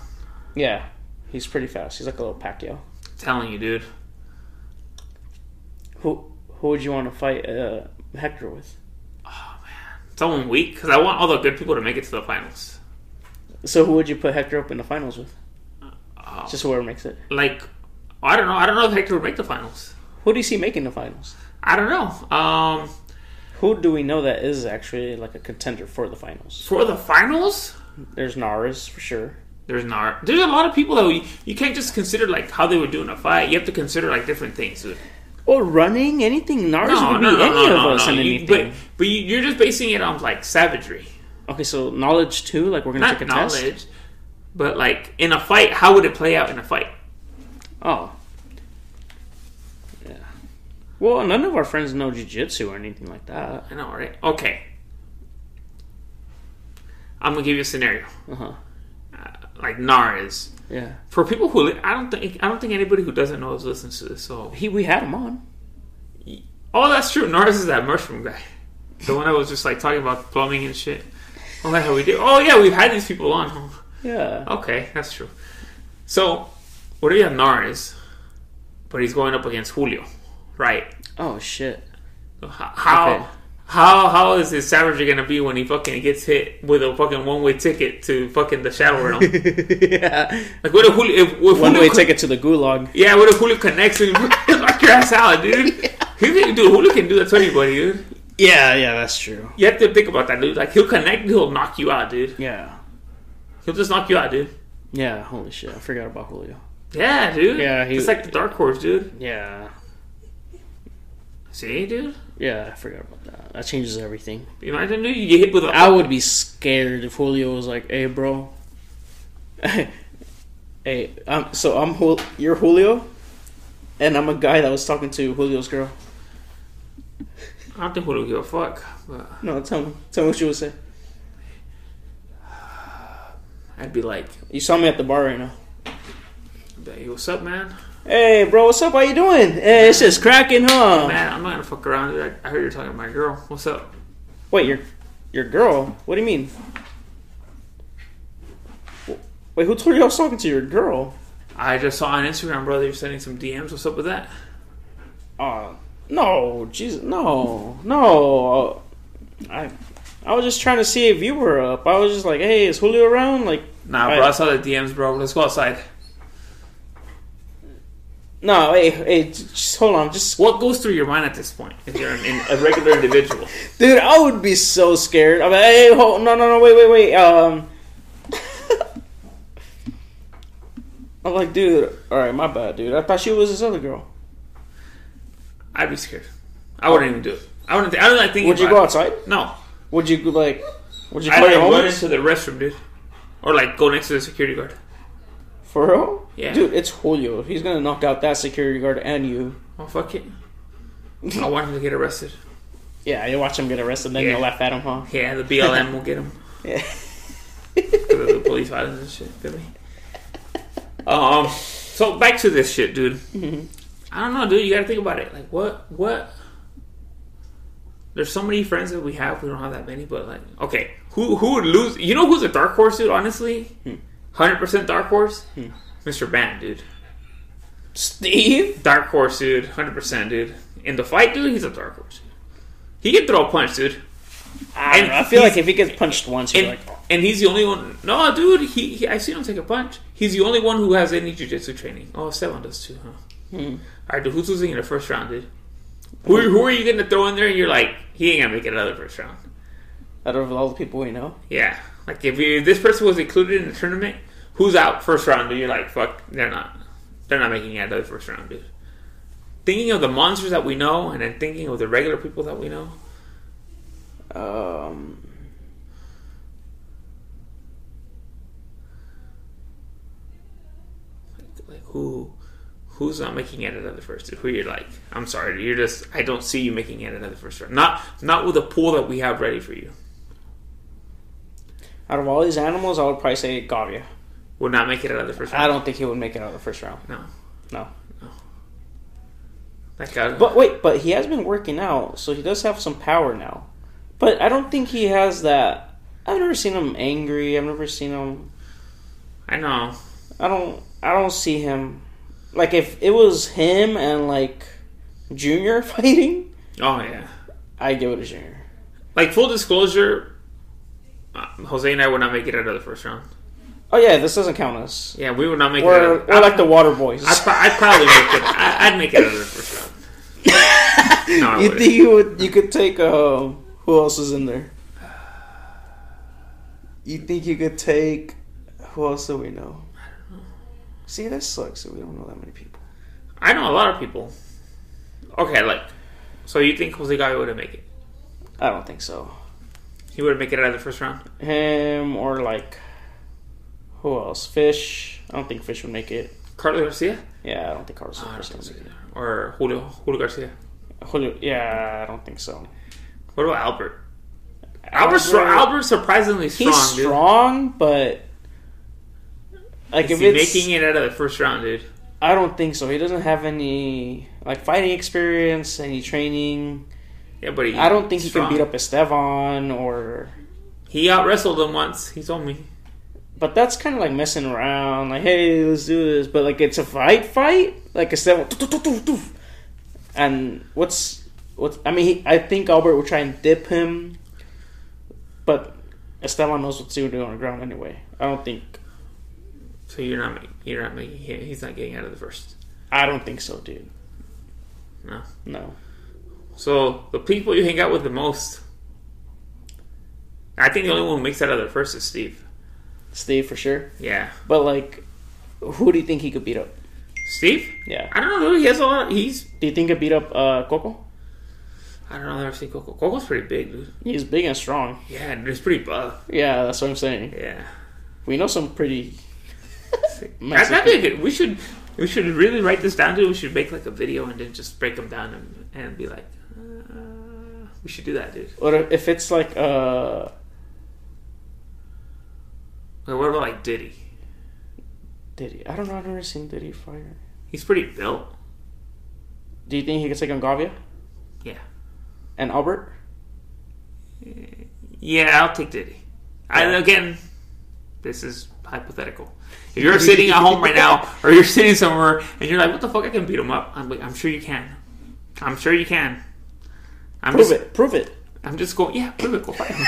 D: Yeah. He's pretty fast. He's like a little Pacquiao.
E: telling you, dude.
D: Who who would you want to fight uh, Hector with?
E: Someone weak because I want all the good people to make it to the finals.
D: So who would you put Hector up in the finals with?
E: Oh.
D: Just whoever makes it.
E: Like, I don't know. I don't know if Hector would make the finals.
D: Who do you see making the finals?
E: I don't know. Um,
D: Who do we know that is actually like a contender for the finals?
E: for the finals,
D: There's Naris for sure.
E: there's not. There's a lot of people though. You, you can't just consider like how they would do in a fight. You have to consider like different things. Dude.
D: Or running, anything. Naris
E: No,
D: would be
E: no, no,
D: any
E: no,
D: of
E: no,
D: us
E: no.
D: in
E: You-
D: anything.
E: but but you, you're just basing it on like savagery,
D: Okay, so knowledge too. Like we're gonna
E: not
D: take a
E: knowledge.
D: test.
E: But like in a fight, how would it play out in a fight?
D: Oh, yeah. Well, none of our friends know jujitsu or anything like that.
E: I know, right? Okay. I'm gonna give you a scenario.
D: Uh huh.
E: Like Nars.
D: Yeah.
E: For people who li- I don't think I don't think anybody who doesn't know is listens to this. So
D: He we had him on.
E: oh, that's true. Nars is that mushroom guy, the one I was just like talking about plumbing and shit. Oh yeah, we did. Oh yeah, we've had these people on. huh?
D: Yeah.
E: Okay, that's true. So what if you have Nars, but he's going up against Julio, right?
D: Oh shit.
E: H- How
D: Okay.
E: how how is his savagery gonna be when he fucking gets hit with a fucking one way ticket to fucking the shadow realm?
D: yeah.
E: like what if Julio? If, if
D: One
E: Julio
D: way
E: con-
D: ticket to the gulag.
E: Yeah, what if Julio connects and knock your ass out, dude? He can, dude, Julio can do that to anybody, dude.
D: Yeah, yeah, that's true.
E: You have to think about that, dude. Like he'll connect, he'll knock you out, dude.
D: Yeah.
E: He'll just knock you out, dude.
D: Yeah. Holy shit. I forgot about Julio.
E: Yeah, dude.
D: Yeah, he-
E: he's like the dark horse, dude.
D: Yeah.
E: See, dude.
D: Yeah, I forgot about that. That changes everything.
E: Imagine, dude, you get hit with a.
D: I would be scared if Julio was like, "Hey, bro. hey, I'm so I'm Jul- you're Julio, and I'm a guy that was talking to Julio's girl.
E: I don't think Julio give a fuck. But
D: No, tell me, tell me what you would say.
E: I'd be like,
D: You saw me at the bar right now.
E: "Hey, what's up, man?
D: Hey, bro, what's up? How you doing? Hey, it's just cracking, huh?
E: Man, I'm not gonna fuck around, dude. I, I heard you're talking to my girl. What's up?
D: Wait, your your girl? What do you mean? Wh- Wait, who told you I was talking to your girl?
E: I just saw on Instagram, brother. You're sending some DMs. What's up with that?
D: Uh, no, Jesus, no, no. uh, I I was just trying to see if you were up. I was just like, hey, is Julio around? Like,
E: Nah,
D: I-
E: bro. I saw the DMs, bro. Let's go outside.
D: no, hey, hey, j- just hold on, just
E: What goes through your mind at this point if you're an, in- a regular individual?
D: dude, I would be so scared. I'm like, hey, hold, no, no, no, wait, wait, wait. Um, I'm like, dude, all right, my bad, dude. I thought she was this other girl.
E: I'd be scared. I wouldn't even do it. I wouldn't. Th- I don't like thinking.
D: Would you
E: about
D: go
E: it.
D: outside?
E: No,
D: Would you like? Would you
E: I'd
D: call
E: like
D: your
E: run
D: homies
E: into the restroom, dude, or like go next to the security guard.
D: for real?
E: Yeah.
D: dude, it's Julio. He's gonna knock out that security guard and you.
E: Oh fuck it! I want him to get arrested.
D: Yeah, you watch him get arrested, then
E: Yeah.
D: you laugh at him, huh?
E: Yeah, the BLM will get him.
D: Yeah.
E: Because of the police violence and shit, Billy. Um, so back to this shit, dude. I don't know, dude. You gotta think about it. Like, what, what? There's so many friends that we have. We don't have that many, but like, okay, who who would lose? You know who's a dark horse, dude? Honestly, hundred percent dark horse. Mr. Band, dude.
D: Steve.
E: Dark horse, dude. Hundred percent, dude. In the fight, dude, he's a dark horse. He can throw a punch, dude.
D: I, don't
E: And
D: know. I feel
E: he's-
D: like if he gets punched once, you're
E: and,
D: like, "Oh."
E: and he's the only one. No, dude, he, he I seen him take a punch. He's the only one who has any jujitsu training. Oh, Esteban does too, huh?
D: Hmm.
E: All right, dude, who's losing in the first round, dude? Who, who are you going to throw in there? And you're like, he ain't gonna make it another first round.
D: out of all the people we know,
E: Yeah, like if, you, if this person was included in the tournament, who's out first round? Dude, you're like, fuck, they're not, they're not making it another first round, dude. thinking of the monsters that we know, and then thinking of the regular people that we know. Um, like, like who, who's not making it out of the first? Who you're like? I'm sorry, you're just. I don't see you making it out of the first round. Not, not with the pool that we have ready for you.
D: Out of all these animals, I would probably say Gavia.
E: Would not make it out of the first round.
D: I don't think he would make it out of the first round.
E: No,
D: No.
E: that guy.
D: But wait, but he has been working out, so he does have some power now. But I don't think he has that. I've never seen him angry. I've never seen him.
E: I know.
D: I don't. I don't see him. Like if it was him and like Junior fighting,
E: Oh yeah.
D: I give it to Junior.
E: Like full disclosure, uh, Jose and I would not make it out of the first round.
D: Oh yeah, this doesn't count us.
E: Yeah, we would not make it. Out
D: We're,
E: of,
D: we're like the Water Boys.
E: I'd, pro- I'd probably make it. I, I'd make it out of the first round. No, I
D: you
E: wouldn't.
D: think you would? You could take um. Who else is in there? You think you could take? Who else do we know? See, that sucks. that We don't know that many people.
E: I know a lot of people. Okay, like, so you think Jose Gavia would have make it?
D: I don't think so.
E: He would have make it out of the first round.
D: Him or like who else? Fish. I don't think Fish would make it.
E: Carlos Garcia
D: Yeah, I don't think Carlos would make it.
E: or Julio Julio Garcia.
D: Julio, yeah, I don't think so.
E: What about Albert? Albert's str- Albert's surprisingly strong.
D: he's strong,
E: dude.
D: but like
E: Is
D: if
E: he
D: it's,
E: making it out of the first round, dude?
D: I don't think so. He doesn't have any like fighting experience, any training.
E: Yeah, but he,
D: I don't think he
E: strong.
D: can beat up Estevan or.
E: He out wrestled him once. He told me.
D: But that's kind of like messing around, like hey, let's do this. But like it's a fight, fight, like Esteban. "Toof, toof, toof, toof." And what's what's? I mean, he, I think Albert will try and dip him, but Esteban knows what to do on the ground anyway. I don't think.
E: So you're not ma- you're not making him. He's not getting out of the first.
D: I don't think so, dude.
E: No.
D: No.
E: So the people you hang out with the most, I think the only one who makes that out of the first is Steve.
D: Steve for sure.
E: Yeah,
D: But like, who do you think he could beat up?
E: Steve. I
D: Yeah.
E: don't know. dude. He has a lot. he's
D: Do you think he could beat up uh, Coco?
E: I don't know. I've never seen Coco. Coco's pretty big, dude.
D: He's big and strong.
E: Yeah, dude, he's pretty buff.
D: Yeah, that's what I'm saying.
E: Yeah,
D: We know some pretty.
E: that, that'd be a good. We should we should really write this down, dude. We should make like a video and then just break them down and, and be like, uh, we should do that, dude.
D: Or if it's like uh
E: Like, what about like Diddy?
D: Diddy. I don't know, I've never seen Diddy fire.
E: He's pretty built.
D: Do you think he could take on Gavia
E: Yeah,
D: and Albert?
E: yeah. I'll take Diddy. I again, this is hypothetical. If you're sitting at home right now, or you're sitting somewhere, and you're like, "What the fuck? I can beat him up." I'm like, "I'm sure you can. I'm sure you can." I'm
D: Prove
E: just,
D: it. Prove it.
E: I'm just going. Yeah, prove it. Go fight him.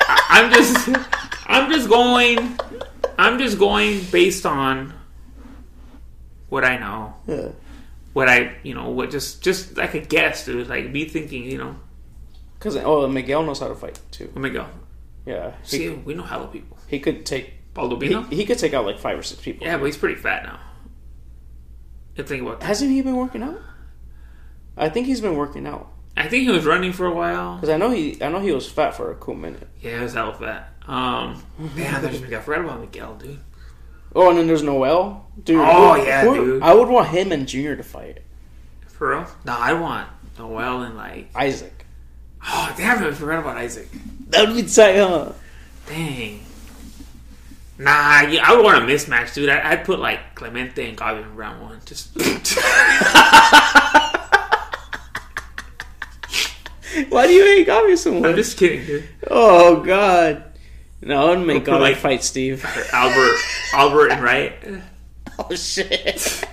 E: I- I'm just. I'm just going. I'm just going based on what I know.
D: Yeah.
E: What I, you know, what just just like a guess, dude. Like me thinking, you know,
D: Cause oh Miguel knows how to fight too.
E: let me go.
D: Yeah. He,
E: See, we know hella people.
D: he could take
E: Baldo
D: he,
E: Bino?
D: he could take out like five or six people.
E: Yeah, but he's pretty fat now. You think about that.
D: Hasn't he been working out? I think he's been working out.
E: I think he was running for a while.
D: Cause I know he I know he was fat for a cool minute.
E: Yeah, he was hella fat. Um, man, there's I forgot about Miguel, dude.
D: Oh and then there's Noel. Dude.
E: Oh, yeah, dude.
D: I would want him and Junior to fight.
E: For real? No, I want Noel and like.
D: Isaac.
E: Oh damn it! I forgot about Isaac.
D: That would be tight, huh?
E: Dang. Nah, yeah, I would want a mismatch, dude. I, I'd put like Clemente and Gavin in round one. Just
D: Why do you hate Gavia so
E: I'm
D: much?
E: just kidding, dude.
D: Oh God! No, I wouldn't make
E: Or
D: God
E: like-
D: fight Steve.
E: Albert, Albert, and Wright.
D: oh shit!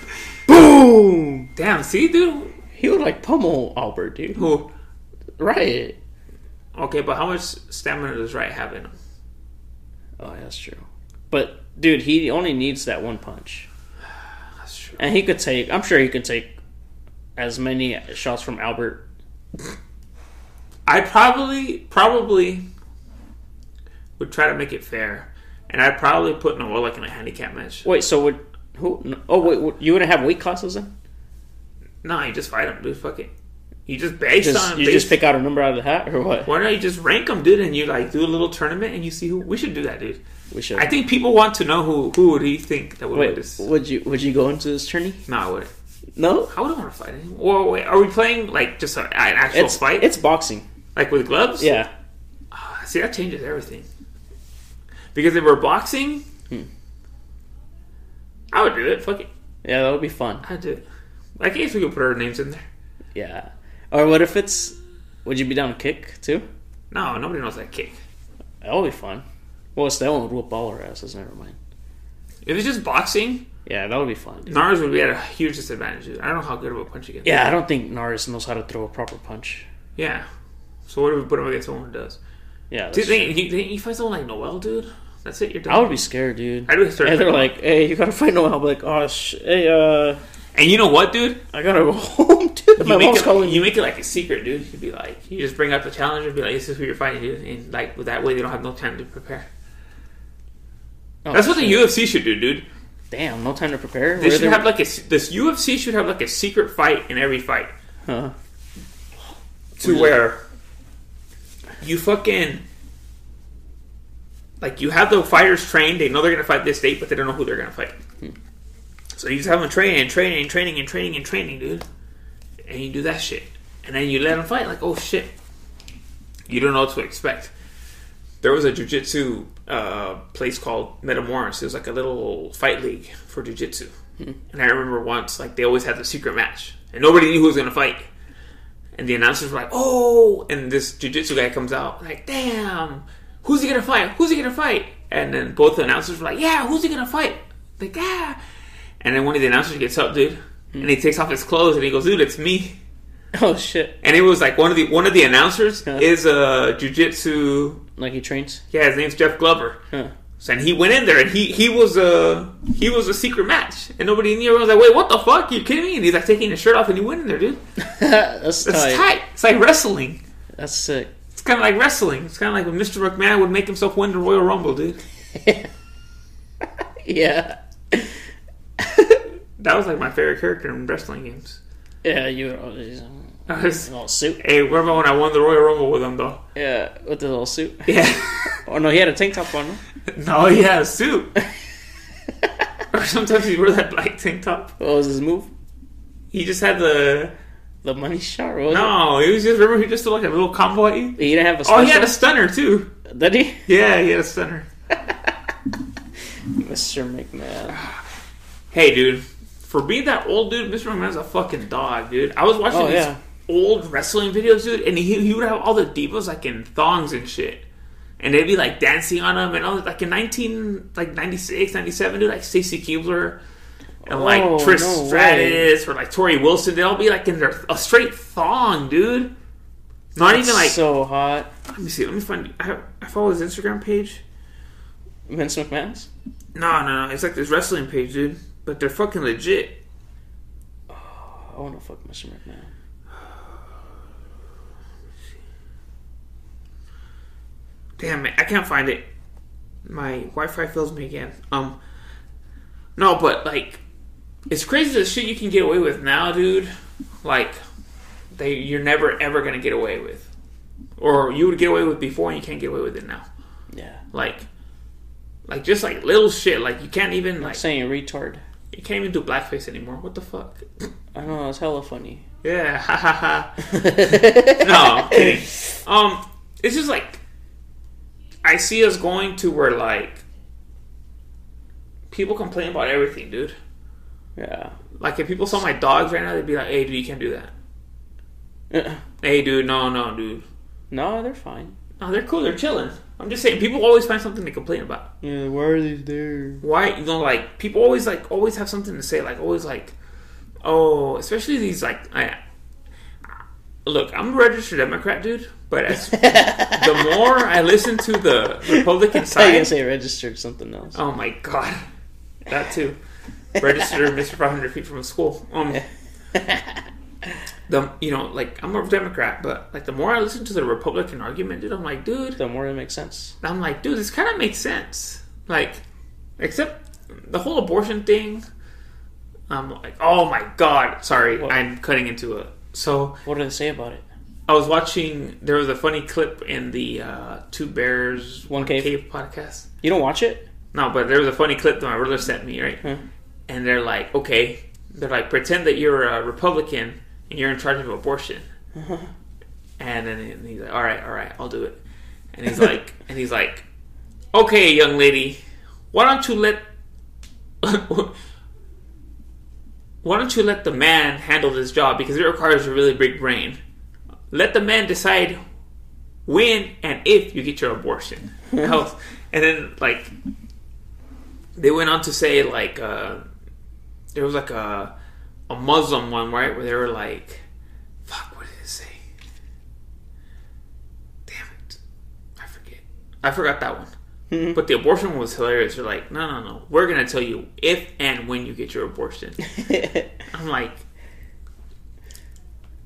D: Boom!
E: Damn, see, dude.
D: He would like pummel Albert, dude.
E: Who?
D: Right?
E: Okay, but how much stamina does Wright have in him?
D: Oh, yeah, that's true. But dude, he only needs that one punch,
E: That's true.
D: and he could take. I'm sure he could take as many shots from Albert.
E: I probably, probably would try to make it fair, and I'd probably put Noel like in a handicap match.
D: Wait, so would who? no- Oh, wait, would- you wouldn't have weight classes then?
E: No, you just fight them, dude. Fuck it. You just based
D: Just,
E: on
D: you
E: based,
D: just pick out a number out of the hat or what?
E: Why don't you just rank them, dude? And you like do a little tournament and you see who. We should do that, dude.
D: We should.
E: I think people want to know who who would he think that would win
D: Wait,
E: this.
D: would you would you go into this tourney?
E: No, I wouldn't.
D: No,
E: I wouldn't want to fight him. Or wait, are we playing like just a, an actual
D: it's
E: fight?
D: it's boxing.
E: like with gloves.
D: Yeah,
E: See, that changes everything. Because if we're boxing,
D: Hmm.
E: I would do it. Fuck it,
D: yeah, that would be fun.
E: I'd do it. I guess we could put our names in there.
D: Yeah, or what if it's? Would you be down to kick too?
E: No, nobody knows that kick.
D: That would be fun. Well, it's that one would whoop all our asses. Never mind.
E: If it's just boxing,
D: Yeah, that would be fun. dude.
E: Nars would be at a huge disadvantage. I don't know how good of a punch he gets.
D: Yeah, I don't think Nars knows how to throw a proper punch.
E: Yeah. So what if we put him against someone who does?
D: Yeah,
E: Do
D: that's
E: you
D: true.
E: think you, think you find someone like Noel, dude? That's it. You're done.
D: I would be scared, dude.
E: I'd be scared.
D: And they're like, "Hey, you gotta fight Noel." I'm like, "Oh, sh- hey, uh,
E: and you know what, dude?
D: I gotta go home, dude.
E: You
D: My
E: make,
D: mom's
E: it,
D: calling
E: you make it like a secret, dude. You'd be like, you just bring up the challenger, and be like, "This is who you're fighting, dude," and like with that way, they don't have no time to prepare.
D: Oh,
E: That's what
D: shit.
E: the UFC should do, dude.
D: Oh, Damn, no time to prepare.
E: They
D: Where
E: should
D: they-
E: have like a this UFC should have like a secret fight in every fight
D: Huh.
E: to where you fucking like you have the fighters trained. They know they're gonna fight this date, but they don't know who they're gonna fight.
D: Hmm.
E: So you just have them training and training and training and training and training, dude. And you do that shit, and then you let them fight. Like, oh shit, you don't know what to expect. There was a jujitsu uh, place called Metamorphosis. It was like a little fight league for jujitsu. And I remember once, like they always had the secret match, and nobody knew who was gonna fight. And the announcers were like, "Oh!" And this jujitsu guy comes out like, "Damn, who's he gonna fight? Who's he gonna fight?" And then both the announcers were like, "Yeah, who's he gonna fight?" Like, ah. And then one of the announcers gets up, dude, and he takes off his clothes and he goes, "Dude, it's me."
D: Oh shit!
E: And it was like one of the one of the announcers
D: Huh.
E: is a jujitsu.
D: Like he trains.
E: Yeah, his name's Jeff Glover.
D: Huh.
E: So, and he went in there, and he he was a he was a secret match, and nobody knew. Everyone was like, "Wait, what the fuck? You kidding me?" And he's like taking his shirt off, and he went in there, dude.
D: that's
E: It's
D: tight.
E: tight. It's like wrestling.
D: That's sick.
E: It's kind of like wrestling. It's kind of like when Mr. McMahon would make himself win the Royal Rumble, dude.
D: Yeah.
E: That was like my favorite character in wrestling games.
D: Yeah, you were always um,
E: I was-
D: little suit.
E: hey, what about when I won the Royal Rumble with him, though?
D: Yeah, with the little suit.
E: Yeah.
D: Oh no, he had a tank top on.
E: no, he had a Oh, suit. or sometimes he wore that black tank top.
D: What was his move?
E: He just had the.
D: The money shot. what Was
E: No, he was just. Remember, he just did like a little combo at you?
D: it? He didn't have a. Special?
E: Oh, he had a stunner, too.
D: Did he?
E: Yeah, he had a stunner.
D: Mr. McMahon.
E: Hey, dude. For being that old dude, Mr. McMahon's a fucking dog, dude. I was watching
D: Oh,
E: these
D: yeah.
E: old wrestling videos, dude, and he, he would have all the divas like in thongs and shit. And they'd be like dancing on him and all like in 19 like 96, 97, dude, like Stacy Keebler and like
D: Oh,
E: Trish
D: no
E: Stratus or like Tori Wilson, they'd all be like in their a straight thong, dude. Not even like
D: so hot.
E: let me see, let me find I, have, I follow his Instagram page.
D: Vince McMahon's.
E: No, no, no, it's like this wrestling page, dude. But they're fucking legit.
D: I want to fuck Mr. McMahon.
E: Damn it, I can't find it. My Wi-Fi fails me again. Um, no, but like, it's crazy the shit you can get away with now, dude. Like, they you're never ever gonna get away with, or you would get away with before and you can't get away with it now.
D: Yeah.
E: Like, like just like little shit. Like you can't even like
D: Saying retard.
E: you can't even do blackface anymore. What the fuck?
D: I don't know. It's hella funny.
E: Yeah, ha ha ha. no, I'm kidding. Um, it's just like I see us going to where like people complain about everything, dude.
D: Yeah.
E: Like if people saw my dogs right now, they'd be like, "Hey, dude, you can't do that."
D: no,
E: Hey, dude, no, no, dude.
D: Uh, they're fine.
E: No, they're cool. They're chilling. I'm just saying, people always find something to complain about.
D: Yeah. Why are these there?
E: why you know like people always like always have something to say like always like oh especially these like I look I'm a registered Democrat dude but as, the more I listen to the Republican
D: I guess
E: side
D: they registered something else.
E: oh my god that too registered Mr 500 feet from school um the you know like I'm a Democrat but like the more I listen to the Republican argument dude I'm like dude
D: The more it makes sense.
E: I'm like, dude, this kind of makes sense. Like, except the whole abortion thing, I'm like, oh my god. Sorry, I'm cutting into it. So
D: What do they say about it?
E: I was watching. There was a funny clip in the uh, Two Bears
D: One Cave.
E: podcast.
D: You don't watch it?
E: No, but there was a funny clip that my brother sent me, right? And they're like, okay, they're like, pretend that you're a Republican and you're in charge of abortion. and then he- he's like, all right, all right, I'll do it. And he's like, and he's like, okay, young lady, why don't you let, why don't you let the man handle this job because it requires a really big brain. Let the man decide when and if you get your abortion. I was- and then like they went on to say like uh, there was like a a Muslim one right where they were like, "Fuck, what did it say?" Damn it, I forget. I forgot that one. But the abortion one was hilarious. They're like, "No, no, no, we're gonna tell you if and when you get your abortion." I'm like.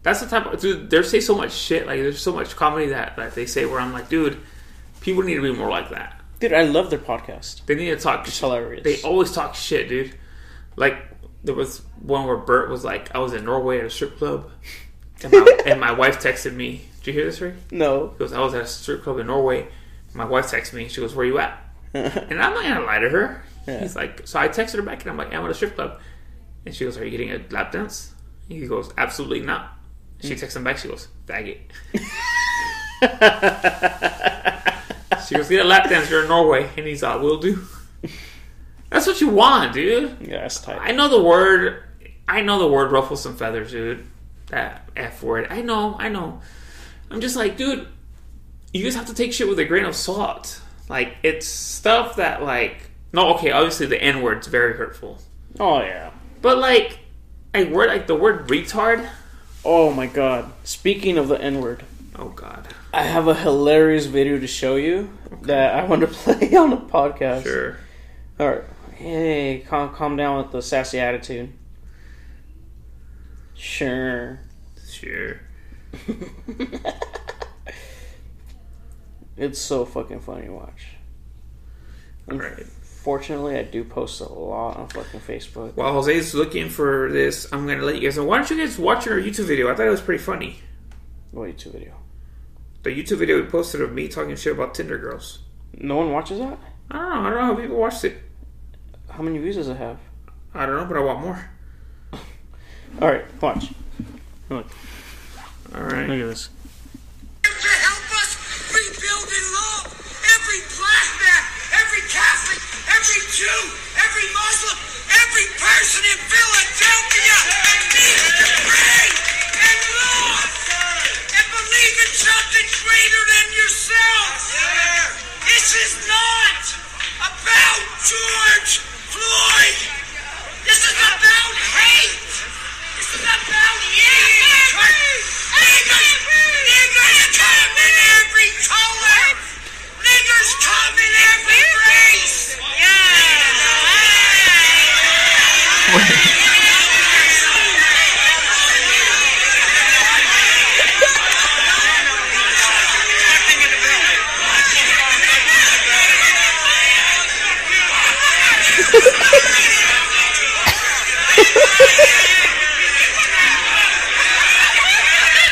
E: That's the type of dude. They say so much shit. Like there's so much comedy that, that they say where I'm like, dude, people need to be more like that.
D: Dude, I love their podcast.
E: They need to talk. It's
D: hilarious.
E: They always talk shit, dude. Like there was one where Bert was like, "I was in Norway at a strip club," and my, and my wife texted me. Did you hear this, Rick?
D: No.
E: He goes, "I was at a strip club in Norway." My wife texted me. She goes, "Where you at?" and I'm not gonna lie to her. He's like, so I texted her back, and I'm like, "I'm at a strip club," and she goes, "Are you getting a lap dance?" He goes, "Absolutely not." She texts him back. She goes, "Faggot." she goes, "Get a lap dance. You're in Norway," and he's like, "Will do." That's what you want, dude.
D: Yeah, that's tight.
E: I know the word. I know the word ruffles some feathers, dude. That F word. I know. I know. I'm just like, dude. You just have to take shit with a grain of salt. Like it's stuff that like no okay. Obviously the N word's very hurtful,
D: oh yeah.
E: but like a word like the word retard.
D: Oh my god. Speaking of the N word,
E: Oh God.
D: I have a hilarious video to show you that I want to play on the podcast.
E: Sure.
D: All right. Hey, calm, calm down with the sassy attitude. Sure.
E: Sure.
D: It's so fucking funny to watch.
E: All right.
D: Fortunately, I do post a lot on fucking Facebook.
E: While Jose's looking for this, I'm gonna let you guys know. Why don't you guys watch our YouTube video? I thought it was pretty funny.
D: What YouTube video?
E: The YouTube video we posted of me talking shit about Tinder girls.
D: No one watches that?
E: I don't know. I don't know how people watched it.
D: How many views does it have?
E: I don't know, but I want more.
D: All right, watch. Look,
E: All
D: look
E: right.
D: at this.
F: to help us rebuild in love. Every black man, every Catholic, every Jew, every Muslim, every person in Philadelphia needs to pray and love and believe in something greater than yourself. This is not about George Floyd. This is about hate. This is about you. Niggas, niggas come in every color. Niggas come in every race.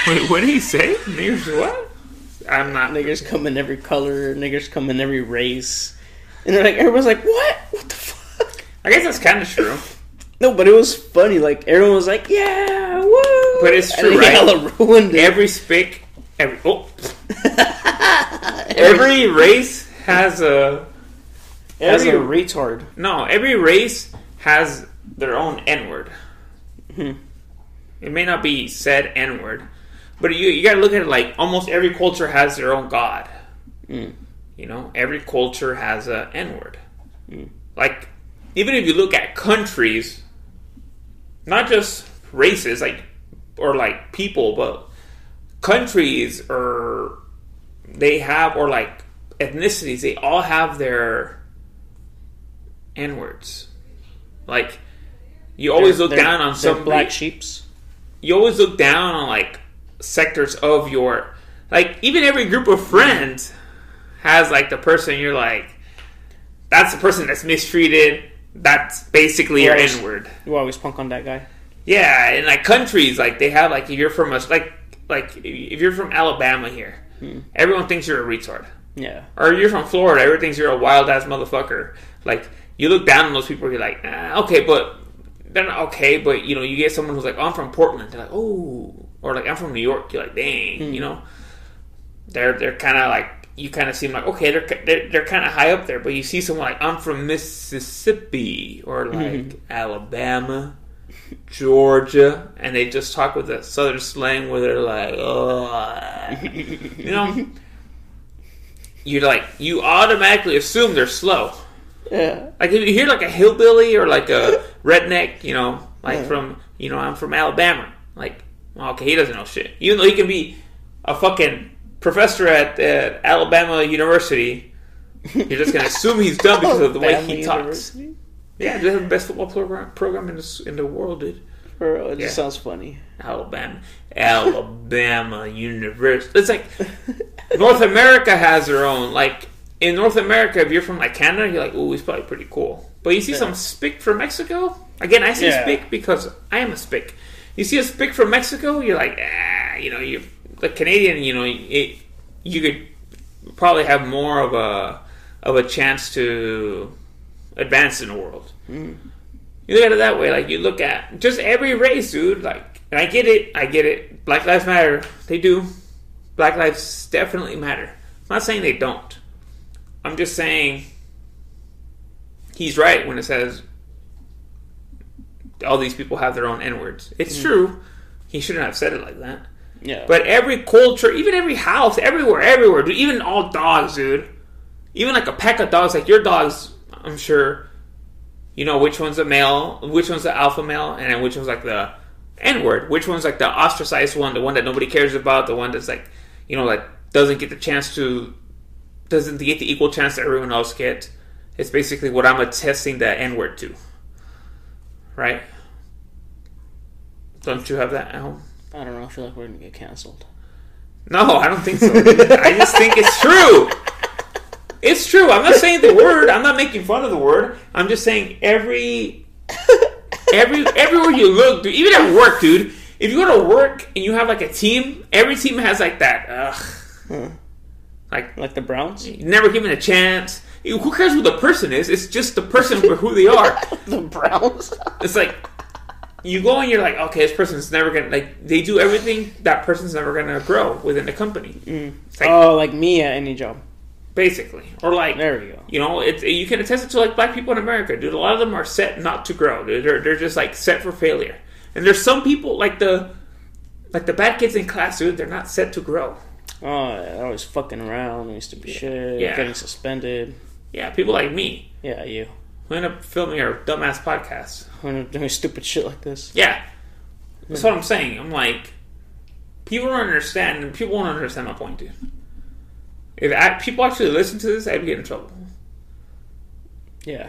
E: Wait, what did he say? Niggas what? I'm not.
D: Niggers come in every color. Niggers come in every race. And they're like, everyone's like, what? What the fuck?
E: I guess that's kind of true.
D: No, but it was funny. Like everyone was like, yeah, woo.
E: But it's
D: And
E: true,
D: they
E: right?
D: hella ruined it.
E: Every spic, every oh, every race has a
D: As a
E: every-
D: retard.
E: no. Every race has their own N word. It may not be said N word, but you you gotta look at it like almost every culture has their own god.
D: Mm.
E: You know, every culture has a N word.
D: Mm.
E: Like, even if you look at countries, not just races, like or like people, but countries or they have or like ethnicities, they all have their N words. Like, you always look
D: They're-
E: down on
D: they're
E: some
D: black sheeps.
E: you always look down on like sectors of your like even every group of friends has like the person you're like that's the person that's mistreated that's basically your
D: Yes.
E: N-word.
D: You always punk on that guy.
E: Yeah, and like countries, like they have like if you're from a like like if you're from Alabama here, everyone thinks you're a retard.
D: Yeah.
E: Or you're from Florida, everyone thinks you're a wild ass motherfucker. Like you look down on those people, you're like, ah, okay, but they're not okay. But you know, you get someone who's like, oh, I'm from Portland, they're like, oh, or like I'm from New York, you're like, dang, you know, they're they're kind of like. You kind of seem like okay, they're ki- they're, they're kind of high up there, but you see someone like I'm from Mississippi or like Alabama, Georgia, and they just talk with that southern slang where they're like, "Ugh." you know, you're like, you automatically assume they're slow.
D: Yeah.
E: Like if you hear like a hillbilly or like a redneck, you know, like from, you know, I'm from Alabama. Like, okay, he doesn't know shit. Even though he can be a fucking professor at, at Alabama University, you're just gonna assume he's dumb because of the way he
D: Family
E: talks.
D: University?
E: Yeah, they have the best football program program in, this, in the world, dude.
D: For real, it just
E: Yeah.
D: sounds funny.
E: Alabama, Alabama University. It's like North America has their own. Like in North America, if you're from like Canada, you're like, "Ooh, he's probably pretty cool." But you see some spick from Mexico. Again, I say
D: Yeah.
E: spick because I am a spick. You see a spick from Mexico, you're like, ah, you know, you're the Canadian. You know, it, you could probably have more of a of a chance to advance in the world. You look at it that way, like you look at just every race, dude. Like, and I get it, I get it. Black lives matter. They do. Black lives definitely matter. I'm not saying they don't. I'm just saying he's right when it says all these people have their own N words. It's true. He shouldn't have said it like that.
D: Yeah.
E: But every culture, even every house, everywhere, everywhere, dude, even all dogs, dude. Even like a pack of dogs, like your dogs, I'm sure, you know which one's the male, which one's the alpha male, and then which one's like the N word, which one's like the ostracized one, the one that nobody cares about, the one that's like, you know, like doesn't get the chance to, doesn't get the equal chance that everyone else gets. It's basically what I'm attesting the N word to. Right? Don't you have that at home?
D: I don't know. I feel like we're gonna get canceled.
E: No, I don't think so. I just think it's true. It's true. I'm not saying the word. I'm not making fun of the word. I'm just saying every every everywhere you look, dude, even at work, dude. If you go to work and you have like a team, every team has like that. Ugh, like
D: Like the Browns.
E: never given a chance. Who cares who the person is? It's just the person for who they are.
D: The Browns.
E: It's like you go and you're like, okay, this person's never gonna like. They do everything. That person's never gonna grow within the company. It's like,
D: oh, like me at any job.
E: basically, or like
D: There we go.
E: you know, it's you can attest it to like black people in America, dude. A lot of them are set not to grow. Dude. They're they're just like set for failure. And there's some people like the like the bad kids in class, dude. They're not set to grow.
D: Oh, I was fucking around. I used to be shit.
E: Yeah.
D: Getting suspended.
E: Yeah, people like me
D: Yeah, you.
E: who end up filming our dumbass podcasts.
D: When I'm doing stupid shit like this.
E: Yeah. That's what I'm saying. I'm like, people don't understand, and people don't understand my point, dude. If I, people actually listen to this, I'd get in trouble.
D: Yeah.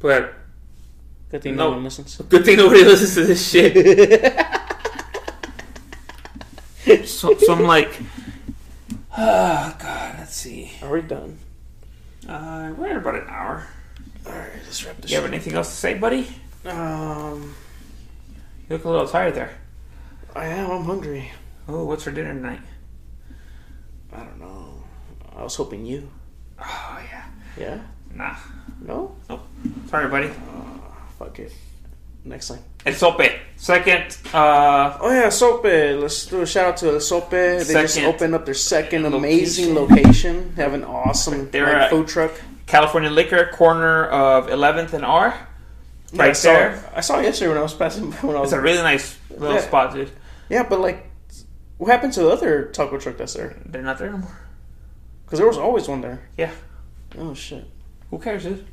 E: But
D: Good thing
E: No.
D: no one listens.
E: good thing nobody listens to this shit. so, so I'm like, oh, God, let's see.
D: Are we done?
E: Uh, we're at about an hour.
D: Alright, let's wrap this
E: You have anything else to say, buddy?
D: up. Um,
E: You look a little tired there.
D: I am. I'm hungry.
E: Oh, what's for dinner tonight?
D: I don't know. I was hoping you.
E: Oh, yeah.
D: Yeah?
E: Nah.
D: No?
E: Nope. Sorry, buddy.
D: Fuck it. Next time.
E: It's open. Second, uh,
D: Oh yeah, Sope. Let's do a shout out to El Sope. They just
E: Second
D: opened up their second amazing location. They have an awesome
E: They're,
D: like,
E: uh,
D: food truck.
E: California Liquor, corner of 11th and R.
D: I
E: Right
D: saw,
E: there.
D: I saw it yesterday when I was passing by when I was
E: It's a really nice little
D: Yeah.
E: spot, dude.
D: Yeah, but like what happened to the other taco truck that's there?
E: They're not there anymore.
D: Because there was always one there.
E: Yeah.
D: Oh shit.
E: Who cares, dude?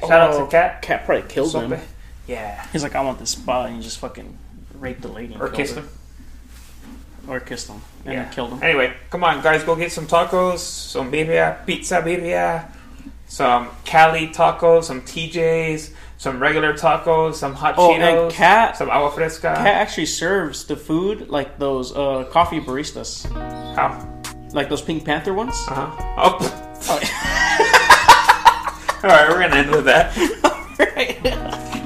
E: Shout out
D: Oh,
E: to Cat.
D: Cat probably killed him.
E: Yeah.
D: He's like, I want this spot and he just fucking raped the lady. and
E: Or
D: killed
E: kissed
D: her.
E: him.
D: Or kissed him. And
E: Yeah.
D: then killed him.
E: Anyway, come on, guys. Go get some tacos, some birria, pizza birria, some Cali tacos, some TJs, some regular tacos, some hot
D: Oh, and
E: Cheetos,
D: Cat-
E: some agua fresca.
D: Cat actually serves the food like those uh, coffee baristas.
E: How?
D: Like those Pink Panther ones. Oh,
E: Uh-huh. Oh. All right, we're gonna end with that. right?